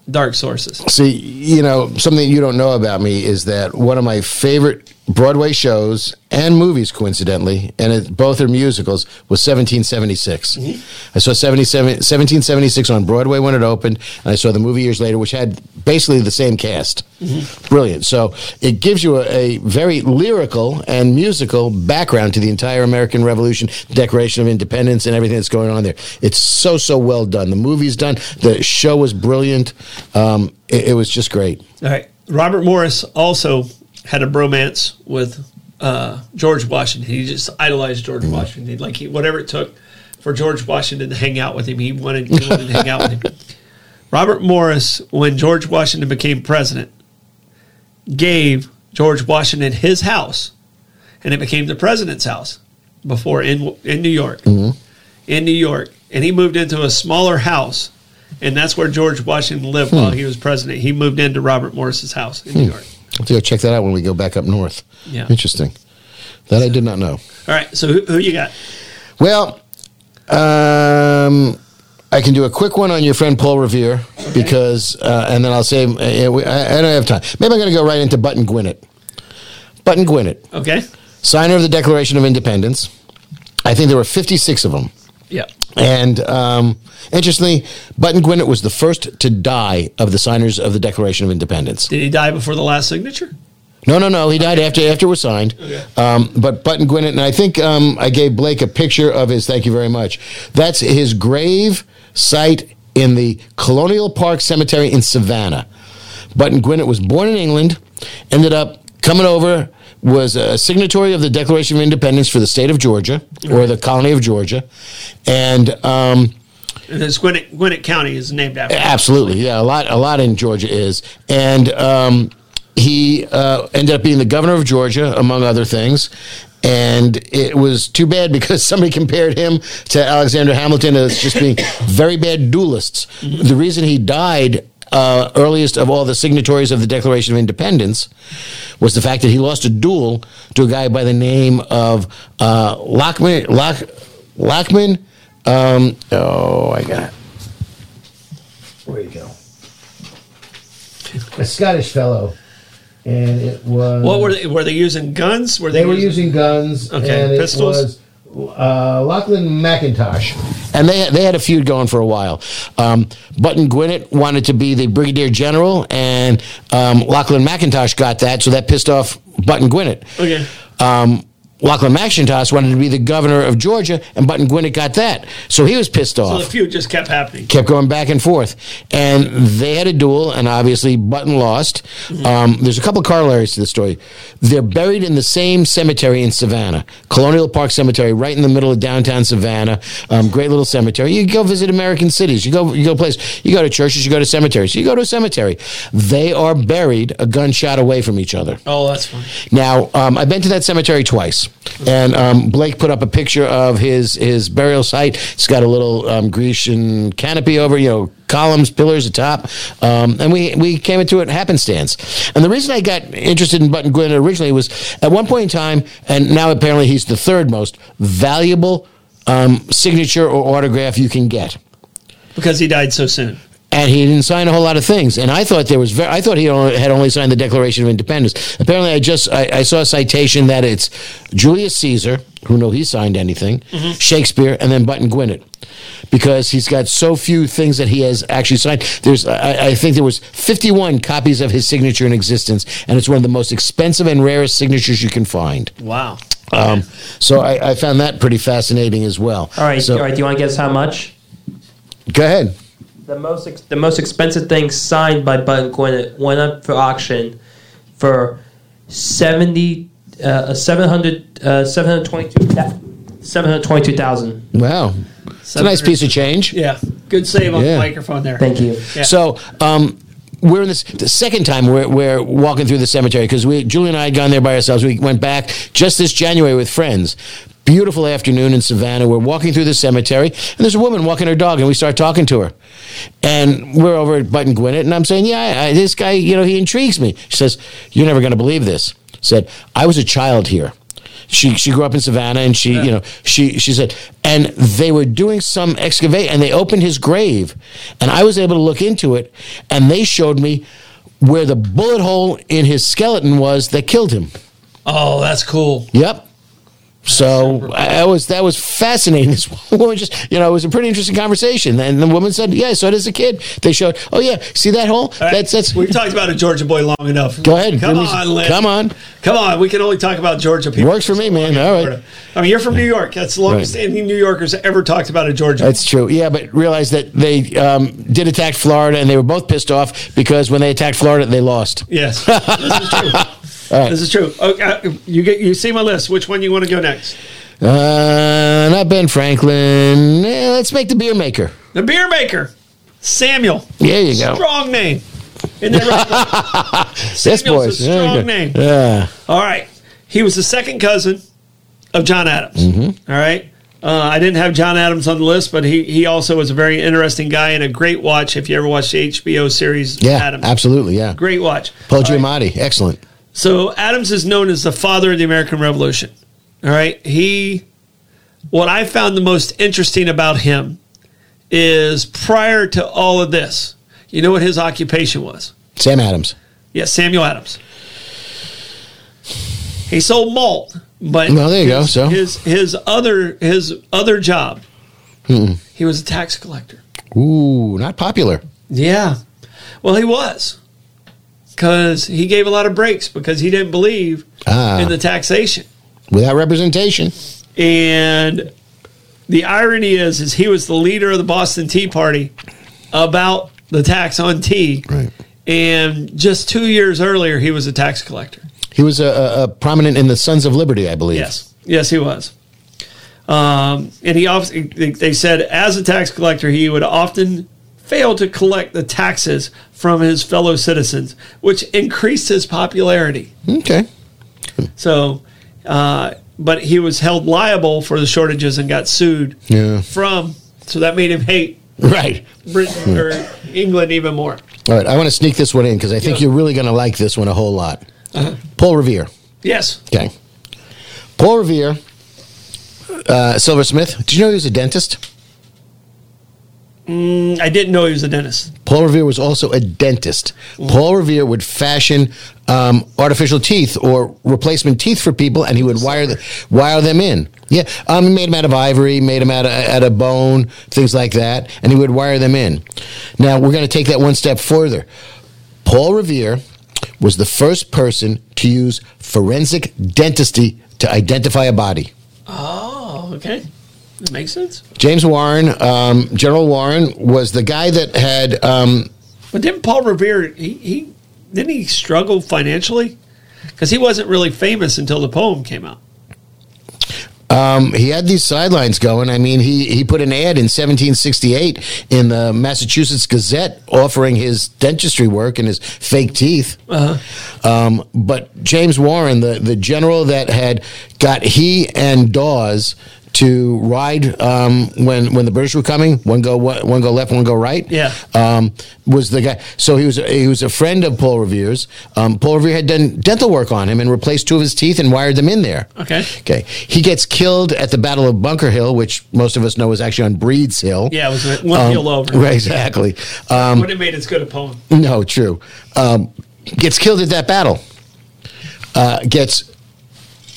[SPEAKER 1] dark sources.
[SPEAKER 2] See, you know, something you don't know about me is that one of my favorite Broadway shows and movies, coincidentally, and it, both are musicals, was 1776. I saw 77, 1776 on Broadway when it opened, and I saw the movie years later, which had basically the same cast. Brilliant. So it gives you a, a very lyrical and musical background to the entire American Revolution, Declaration of Independence, and everything that's going on there. It's so, so well done. The movie's done, the show was brilliant. Um, it, it was just great.
[SPEAKER 1] All right. Robert Morris also had a bromance with uh, George Washington. He just idolized George Washington. Like he, whatever it took for George Washington to hang out with him, he wanted, he wanted to hang out with him. Robert Morris, when George Washington became president, gave George Washington his house, and it became the president's house before in in New York. In New York, and he moved into a smaller house, and that's where George Washington
[SPEAKER 2] Hmm.
[SPEAKER 1] lived while he was president. He moved into Robert Morris's house in New York.
[SPEAKER 2] I'll have to go check that out when we go back up north.
[SPEAKER 1] Yeah.
[SPEAKER 2] Interesting. That I did not know.
[SPEAKER 1] All right, so who, who you got?
[SPEAKER 2] Well, um, I can do a quick one on your friend Paul Revere because, uh, and then I'll say uh, we- I, I don't have time. Maybe I'm going to go right into Button Gwinnett. Button Gwinnett,
[SPEAKER 1] Okay.
[SPEAKER 2] signer of the Declaration of Independence. I think there were 56 of them.
[SPEAKER 1] Yeah.
[SPEAKER 2] And um, interestingly, Button Gwinnett was the first to die of the signers of the Declaration of Independence.
[SPEAKER 1] Did he die before the last signature?
[SPEAKER 2] No, no, no. He died after after it was signed.
[SPEAKER 1] Okay.
[SPEAKER 2] Um, but Button Gwinnett, and I think um, I gave Blake a picture of his. Thank you very much. That's his grave site in the Colonial Park Cemetery in Savannah. Button Gwinnett was born in England, ended up coming over, was a signatory of the Declaration of Independence for the state of Georgia or the colony of Georgia, and. Um,
[SPEAKER 1] And it's Gwinnett, Gwinnett County is named after. him.
[SPEAKER 2] Absolutely, yeah. A lot, a lot in Georgia is, and um, he uh, ended up being the governor of Georgia, among other things. And it was too bad because [LAUGHS] somebody compared him to Alexander Hamilton as just being very bad duelists. The reason he died uh, earliest of all the signatories of the Declaration of Independence was the fact that he lost a duel to a guy by the name of uh, Lockman. Lock, Lockman. Um, oh, I got it. Where you go? A Scottish fellow, and it was.
[SPEAKER 1] What were they? Were they using guns? Were they,
[SPEAKER 2] They were using guns.
[SPEAKER 1] Okay,
[SPEAKER 2] and it
[SPEAKER 1] pistols?
[SPEAKER 2] Was, uh, Lachlan McIntosh, and they they had a feud going for a while. Um, Button Gwinnett wanted to be the brigadier general, and um, Lachlan McIntosh got that, so that pissed off Button Gwinnett.
[SPEAKER 1] Okay.
[SPEAKER 2] Um, Lachlan McIntosh wanted to be the governor of Georgia, and Button Gwinnett got that, so he was pissed
[SPEAKER 1] So
[SPEAKER 2] off
[SPEAKER 1] the feud just kept happening.
[SPEAKER 2] kept going back and forth. And they had a duel, and obviously Button lost. Um, there's a couple of corollaries to the story. They're buried in the same cemetery in Savannah, Colonial Park Cemetery, right in the middle of downtown Savannah. Um, great little cemetery. You go visit American cities. You go, you go places. You go to churches. You go to cemeteries. You go to a cemetery. They are buried a gunshot away from each other.
[SPEAKER 1] Oh, that's funny.
[SPEAKER 2] Now, um, I've been to that cemetery twice. And um, Blake put up a picture of his his burial site. It's got a little um, Grecian canopy over, you know, columns, pillars atop. Um, and we we came into it happenstance. And the reason I got interested in Button Gwynn originally was at one point in time, and now apparently he's the third most valuable um, signature or autograph you can get
[SPEAKER 1] because he died so soon.
[SPEAKER 2] and he didn't sign a whole lot of things. And I thought there was, ver- I thought he only, had only signed the Declaration of Independence. Apparently, I just I, I saw a citation that it's Julius Caesar, who no he signed anything,
[SPEAKER 3] Mm-hmm.
[SPEAKER 2] Shakespeare, and then Button Gwinnett, because he's got so few things that he has actually signed. There's, I, I think there was 51 copies of his signature in existence, and it's one of the most expensive and rarest signatures you can find.
[SPEAKER 1] Wow.
[SPEAKER 2] Um, so I, I found that pretty fascinating as well.
[SPEAKER 3] All right,
[SPEAKER 2] So,
[SPEAKER 3] all right. Do you want to guess how much?
[SPEAKER 2] Go ahead.
[SPEAKER 3] The most ex- the most expensive thing signed by Button Gwinnett went up for auction for seventy uh, seven hundred uh, seven hundred twenty two seven hundred twenty two thousand.
[SPEAKER 2] Wow, it's a nice piece of change.
[SPEAKER 1] Yeah. Good save on
[SPEAKER 2] Yeah.
[SPEAKER 1] the microphone there.
[SPEAKER 3] Thank you.
[SPEAKER 1] Yeah.
[SPEAKER 2] So um, we're in this the second time we're, we're walking through the cemetery because we Julie and I had gone there by ourselves. We went back just this January with friends. Beautiful afternoon in Savannah. We're walking through the cemetery, and there's a woman walking her dog, and we start talking to her. And we're over at Button Gwinnett, and I'm saying, "Yeah, I, I, this guy, you know, he intrigues me." She says, "You're never going to believe this." Said, "I was a child here." she she grew up in Savannah, and she you know she she said, and they were doing some excavate, and they opened his grave, and I was able to look into it, and they showed me where the bullet hole in his skeleton was that killed him.
[SPEAKER 1] Oh, that's cool.
[SPEAKER 2] Yep. So I I was that was fascinating. [LAUGHS] This woman just you know it was a pretty interesting conversation. And the woman said, "Yeah, I saw it as a kid. They showed, oh yeah, see that hole?
[SPEAKER 1] All right.
[SPEAKER 2] That's that's
[SPEAKER 1] We've talked about a Georgia boy long enough.
[SPEAKER 2] Go ahead.
[SPEAKER 1] Come
[SPEAKER 2] Give me-
[SPEAKER 1] on, Lynn.
[SPEAKER 2] come on.
[SPEAKER 1] Come on. We can only talk about Georgia people.
[SPEAKER 2] works for me, man. All right."
[SPEAKER 1] I mean, you're from New York. That's the longest
[SPEAKER 2] Right.
[SPEAKER 1] any New Yorkers ever talked about a Georgia.
[SPEAKER 2] That's true. Yeah, but realize that they um, did attack Florida, and they were both pissed off because when they attacked Florida, they lost. [LAUGHS]
[SPEAKER 1] yes. this is true.
[SPEAKER 2] right.
[SPEAKER 1] This is true. Okay, uh, you get you see my list. Which one you want to go next?
[SPEAKER 2] Uh, not Ben Franklin. Eh, let's make the beer maker.
[SPEAKER 1] The beer maker, Samuel.
[SPEAKER 2] There you go.
[SPEAKER 1] Strong name. Isn't
[SPEAKER 2] [LAUGHS]
[SPEAKER 1] that right?
[SPEAKER 2] Yes,
[SPEAKER 1] Samuel's
[SPEAKER 2] boys.
[SPEAKER 1] a
[SPEAKER 2] There you
[SPEAKER 1] strong
[SPEAKER 2] go.
[SPEAKER 1] name.
[SPEAKER 2] Yeah.
[SPEAKER 1] All right. He was the second cousin of John Adams.
[SPEAKER 2] Mm-hmm.
[SPEAKER 1] All right. Uh, I didn't have John Adams on the list, but he, he also was a very interesting guy and a great watch. If you ever watched the HBO series,
[SPEAKER 2] Yeah.
[SPEAKER 1] Adams,
[SPEAKER 2] Absolutely. Yeah.
[SPEAKER 1] great watch.
[SPEAKER 2] Paul Giamatti. Excellent.
[SPEAKER 1] So Adams is known as the father of the American Revolution. All right. He, what I found the most interesting about him is prior to all of this, you know what his occupation was?
[SPEAKER 2] Sam Adams.
[SPEAKER 1] Yes, Samuel Adams. He sold malt, but
[SPEAKER 2] Well, there you go,
[SPEAKER 1] his,
[SPEAKER 2] so.
[SPEAKER 1] his his other his other job, he was a tax collector.
[SPEAKER 2] Ooh, not popular.
[SPEAKER 1] Yeah, well, he was because he gave a lot of breaks because he didn't believe
[SPEAKER 2] Ah.
[SPEAKER 1] in the taxation.
[SPEAKER 2] Without representation.
[SPEAKER 1] And the irony is, is he was the leader of the Boston Tea Party about the tax on tea,
[SPEAKER 2] Right.
[SPEAKER 1] and just two years earlier, he was a tax collector.
[SPEAKER 2] He was a, a, a prominent in the Sons of Liberty, I believe.
[SPEAKER 1] Yes, yes, he was. Um, and he often they they said as a tax collector, he would often fail to collect the taxes from his fellow citizens, which increased his popularity.
[SPEAKER 2] Okay.
[SPEAKER 1] So, uh, but he was held liable for the shortages and got sued
[SPEAKER 2] Yeah.
[SPEAKER 1] from. So that made him hate
[SPEAKER 2] Right.
[SPEAKER 1] Britain or England even more.
[SPEAKER 2] All right. I want to sneak this one in because I think
[SPEAKER 1] Yeah. Uh-huh.
[SPEAKER 2] you're really going to like this one a whole lot. Paul Revere.
[SPEAKER 1] Yes.
[SPEAKER 2] Okay. Paul Revere, uh, silversmith. Did you know he was a dentist?
[SPEAKER 1] I didn't know he was a dentist.
[SPEAKER 2] Paul Revere was also a dentist. Paul Revere would fashion um, artificial teeth or replacement teeth for people, and he would wire the, wire them in. Yeah, um, he made them out of ivory, made them out of, out of bone, things like that, and he would wire them in. Now we're going to take that one step further. Paul Revere was the first person to use forensic dentistry to identify a body.
[SPEAKER 1] Oh, okay. That makes sense.
[SPEAKER 2] James Warren, um, General Warren, was the guy that had. Um,
[SPEAKER 1] But didn't Paul Revere he, he didn't he struggle financially because he wasn't really famous until the poem came out.
[SPEAKER 2] Um, he had these sidelines going. I mean, he, he put an ad in 1768 in the Massachusetts Gazette offering his dentistry work and his fake teeth.
[SPEAKER 1] Uh-huh.
[SPEAKER 2] Um, but James Warren, the, the general that had got he and Dawes to ride um, when when the British were coming, one go one, one go left, one go right.
[SPEAKER 1] Yeah.
[SPEAKER 2] um, was the guy. So he was he was a friend of Paul Revere's. Um, Paul Revere had done dental work on him and replaced two of his teeth and wired them in there.
[SPEAKER 1] Okay.
[SPEAKER 2] Okay. He gets killed at the Battle of Bunker Hill, which most of us know is actually on Breed's Hill.
[SPEAKER 1] Yeah, it was one
[SPEAKER 2] Um,
[SPEAKER 1] heel over.
[SPEAKER 2] Right, exactly. Um,
[SPEAKER 1] Would have made as good a poem.
[SPEAKER 2] no, true. Um, gets killed at that battle. Uh, gets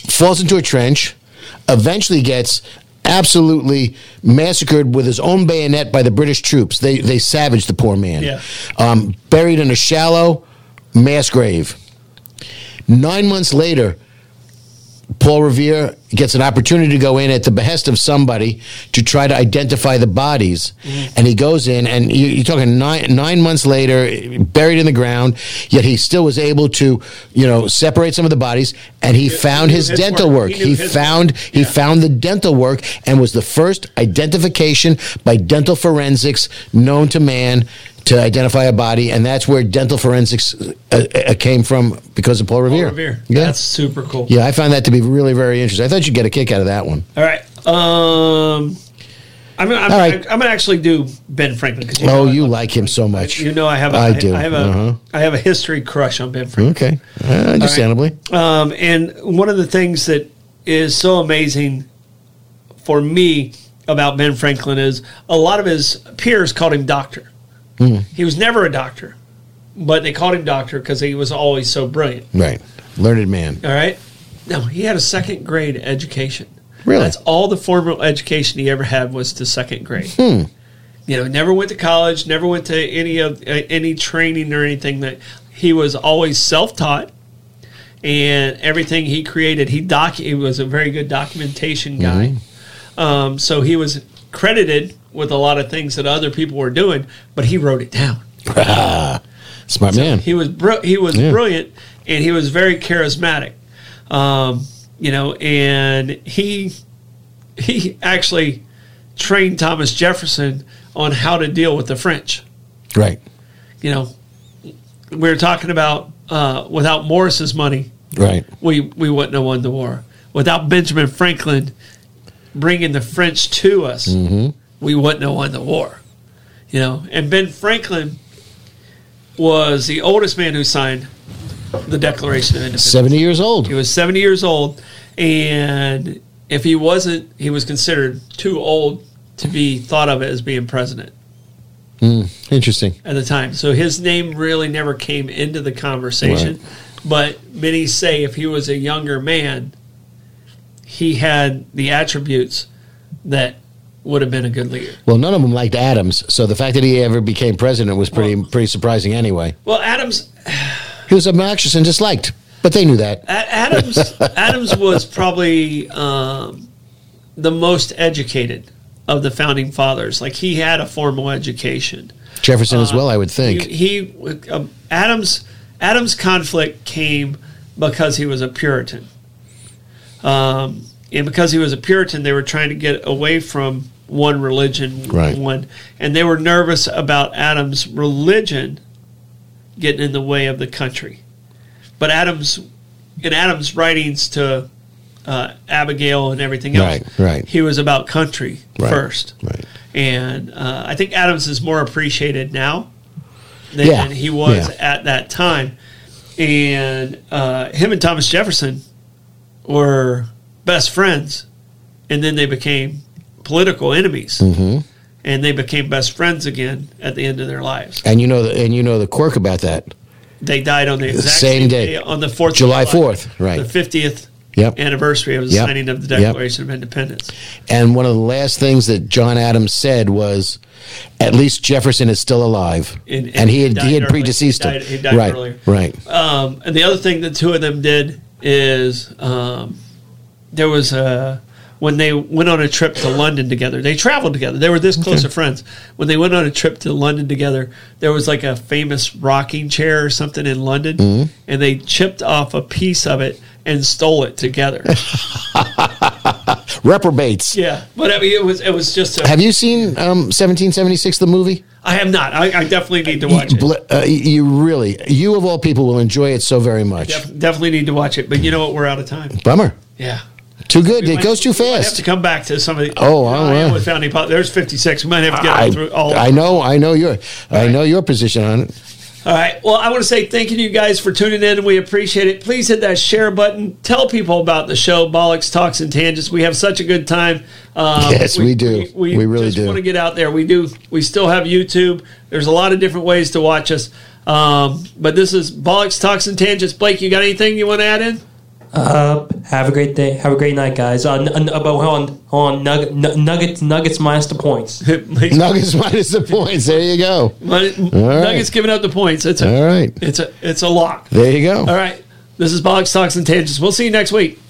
[SPEAKER 2] falls into a trench. Eventually gets absolutely massacred with his own bayonet by the British troops. They they savaged the poor man.
[SPEAKER 1] Yeah.
[SPEAKER 2] Um, buried in a shallow mass grave. Nine months later, Paul Revere gets an opportunity to go in at the behest of somebody to try to identify the bodies.
[SPEAKER 1] Mm.
[SPEAKER 2] And he goes in, and you, you're talking nine, nine months later, buried in the ground, yet he still was able to, you know, separate some of the bodies. And he found
[SPEAKER 1] knew
[SPEAKER 2] his,
[SPEAKER 1] his
[SPEAKER 2] dental
[SPEAKER 1] work.
[SPEAKER 2] work.
[SPEAKER 1] He knew
[SPEAKER 2] He,
[SPEAKER 1] his
[SPEAKER 2] found he found the dental work and was the first identification by dental forensics known to man to identify a body. And that's where dental forensics uh, uh, came from because of Paul Revere.
[SPEAKER 1] Revere.
[SPEAKER 2] Yeah.
[SPEAKER 1] That's super cool.
[SPEAKER 2] Yeah, I found that to be really very interesting. I thought you'd get a kick out of that one.
[SPEAKER 1] All right. Um, I'm, I'm,
[SPEAKER 2] All right.
[SPEAKER 1] I'm, gonna actually do Ben Franklin because
[SPEAKER 2] Oh, you like him so much.
[SPEAKER 1] you know I have a,
[SPEAKER 2] I do.
[SPEAKER 1] I have a
[SPEAKER 2] Uh-huh.
[SPEAKER 1] I have a history crush on Ben Franklin.
[SPEAKER 2] Okay, Uh, understandably.
[SPEAKER 1] Um, and one of the things that is so amazing for me about Ben Franklin is a lot of his peers called him doctor. He was never a doctor, but they called him doctor because he was always so brilliant.
[SPEAKER 2] Right, learned man.
[SPEAKER 1] All right. No, he had a second grade education.
[SPEAKER 2] Really?
[SPEAKER 1] That's all the formal education he ever had was to second grade. You know, never went to college, never went to any of uh, any training or anything. That he was always self taught, and everything he created, he doc. He was a very good documentation guy. Um, so he was credited with a lot of things that other people were doing, but he wrote it down.
[SPEAKER 2] Smart man.
[SPEAKER 1] He was br- he was
[SPEAKER 2] Yeah.
[SPEAKER 1] brilliant, and he was very charismatic. Um, you know, and he he actually trained Thomas Jefferson on how to deal with the French.
[SPEAKER 2] Right,
[SPEAKER 1] You know, we were talking about uh, without Morris's money,
[SPEAKER 2] right.
[SPEAKER 1] we we wouldn't have won the war. Without Benjamin Franklin bringing the French to us, we wouldn't have won the war. You know, and Ben Franklin was the oldest man who signed the Declaration of Independence.
[SPEAKER 2] Seventy years old.
[SPEAKER 1] He was seventy years old, and if he wasn't, he was considered too old to be thought of as being president
[SPEAKER 2] Interesting.
[SPEAKER 1] at the time. So his name really never came into the conversation. But many say if he was a younger man, he had the attributes that would have been a good leader.
[SPEAKER 2] Well, none of them liked Adams, so the fact that he ever became president was pretty pretty surprising. Anyway,
[SPEAKER 1] Well, Adams
[SPEAKER 2] he was obnoxious and disliked, but they knew that.
[SPEAKER 1] A- Adams Adams was probably um, the most educated of the founding fathers. Like he had a formal education.
[SPEAKER 2] Jefferson as well, I would think.
[SPEAKER 1] Uh, He, he um, Adams Adams conflict came because he was a Puritan, um, and because he was a Puritan, they were trying to get away from one religion,
[SPEAKER 2] Right.
[SPEAKER 1] one, and they were nervous about Adams' religion getting in the way of the country. But Adams, in Adams' writings to uh, Abigail and everything else,
[SPEAKER 2] Right, right.
[SPEAKER 1] he was about country
[SPEAKER 2] Right,
[SPEAKER 1] first
[SPEAKER 2] Right.
[SPEAKER 1] and uh, I think Adams is more appreciated now than
[SPEAKER 2] Yeah,
[SPEAKER 1] he was
[SPEAKER 2] yeah.
[SPEAKER 1] at that time. And uh, him and Thomas Jefferson were best friends, and then they became political enemies,
[SPEAKER 2] Mm-hmm.
[SPEAKER 1] and they became best friends again at the end of their lives.
[SPEAKER 2] And you know the and you know the quirk about that.
[SPEAKER 1] They died on the exact
[SPEAKER 2] Same day.
[SPEAKER 1] on the fourth,
[SPEAKER 2] July 4th, right.
[SPEAKER 1] the fiftieth.
[SPEAKER 2] Yep.
[SPEAKER 1] Anniversary of the
[SPEAKER 2] Yep.
[SPEAKER 1] signing of the
[SPEAKER 2] Yep.
[SPEAKER 1] Declaration of Independence.
[SPEAKER 2] And one of the last things that John Adams said was, "At least Jefferson is still alive."
[SPEAKER 1] And-
[SPEAKER 2] And,
[SPEAKER 1] and
[SPEAKER 2] he
[SPEAKER 1] he
[SPEAKER 2] had
[SPEAKER 1] died
[SPEAKER 2] he had
[SPEAKER 1] early.
[SPEAKER 2] predeceased
[SPEAKER 1] He
[SPEAKER 2] him.
[SPEAKER 1] died- he died
[SPEAKER 2] right,
[SPEAKER 1] earlier.
[SPEAKER 2] right.
[SPEAKER 1] Um, and the other thing the two of them did is um, there was a when they went on a trip to London together. They traveled together. They were this close of friends. When they went on a trip to London together, there was like a famous rocking chair or something in London, and they chipped off a piece of it and stole it together.
[SPEAKER 2] reprobates.
[SPEAKER 1] Yeah, but I mean, it was it was just. A,
[SPEAKER 2] Have you seen um, 1776, the movie?
[SPEAKER 1] I have not. I, I definitely need to watch it.
[SPEAKER 2] Bl- uh, you really, you of all people will enjoy it so very much.
[SPEAKER 1] Def- definitely need to watch it. But you know what? We're out of time.
[SPEAKER 2] Bummer.
[SPEAKER 1] Yeah.
[SPEAKER 2] Too good.
[SPEAKER 1] We
[SPEAKER 2] It
[SPEAKER 1] might-
[SPEAKER 2] goes too
[SPEAKER 1] we might have to
[SPEAKER 2] fast.
[SPEAKER 1] come back to some of the.
[SPEAKER 2] Oh, I
[SPEAKER 1] I
[SPEAKER 2] don't
[SPEAKER 1] am
[SPEAKER 2] know.
[SPEAKER 1] with Founding Pop. There's 56. We might have to get
[SPEAKER 2] I,
[SPEAKER 1] through all.
[SPEAKER 2] I know, I know your, I know your position on it.
[SPEAKER 1] All right. Well, I want to say thank you to you guys for tuning in. We appreciate it. Please hit that share button. Tell people about the show, Bollocks Talks and Tangents. We have such a good time. Um,
[SPEAKER 2] Yes, we do. We really
[SPEAKER 1] just
[SPEAKER 2] do.
[SPEAKER 1] want to get out there. We do. We still have YouTube. There's a lot of different ways to watch us. Um, but this is Bollocks Talks and Tangents. Blake, you got anything you want to add in? [LAUGHS]
[SPEAKER 3] Uh, have a great day. Have a great night, guys. Uh, n- n- but hold on, hold on. Nugget, n- nuggets, nuggets minus the points.
[SPEAKER 2] Nuggets [LAUGHS] minus the points. There you go. right.
[SPEAKER 1] Nuggets giving up the points. It's a,
[SPEAKER 2] All right.
[SPEAKER 1] It's a it's a lock.
[SPEAKER 2] There you go.
[SPEAKER 1] All right. This is Bollocks Talks and Tangents. We'll see you next week.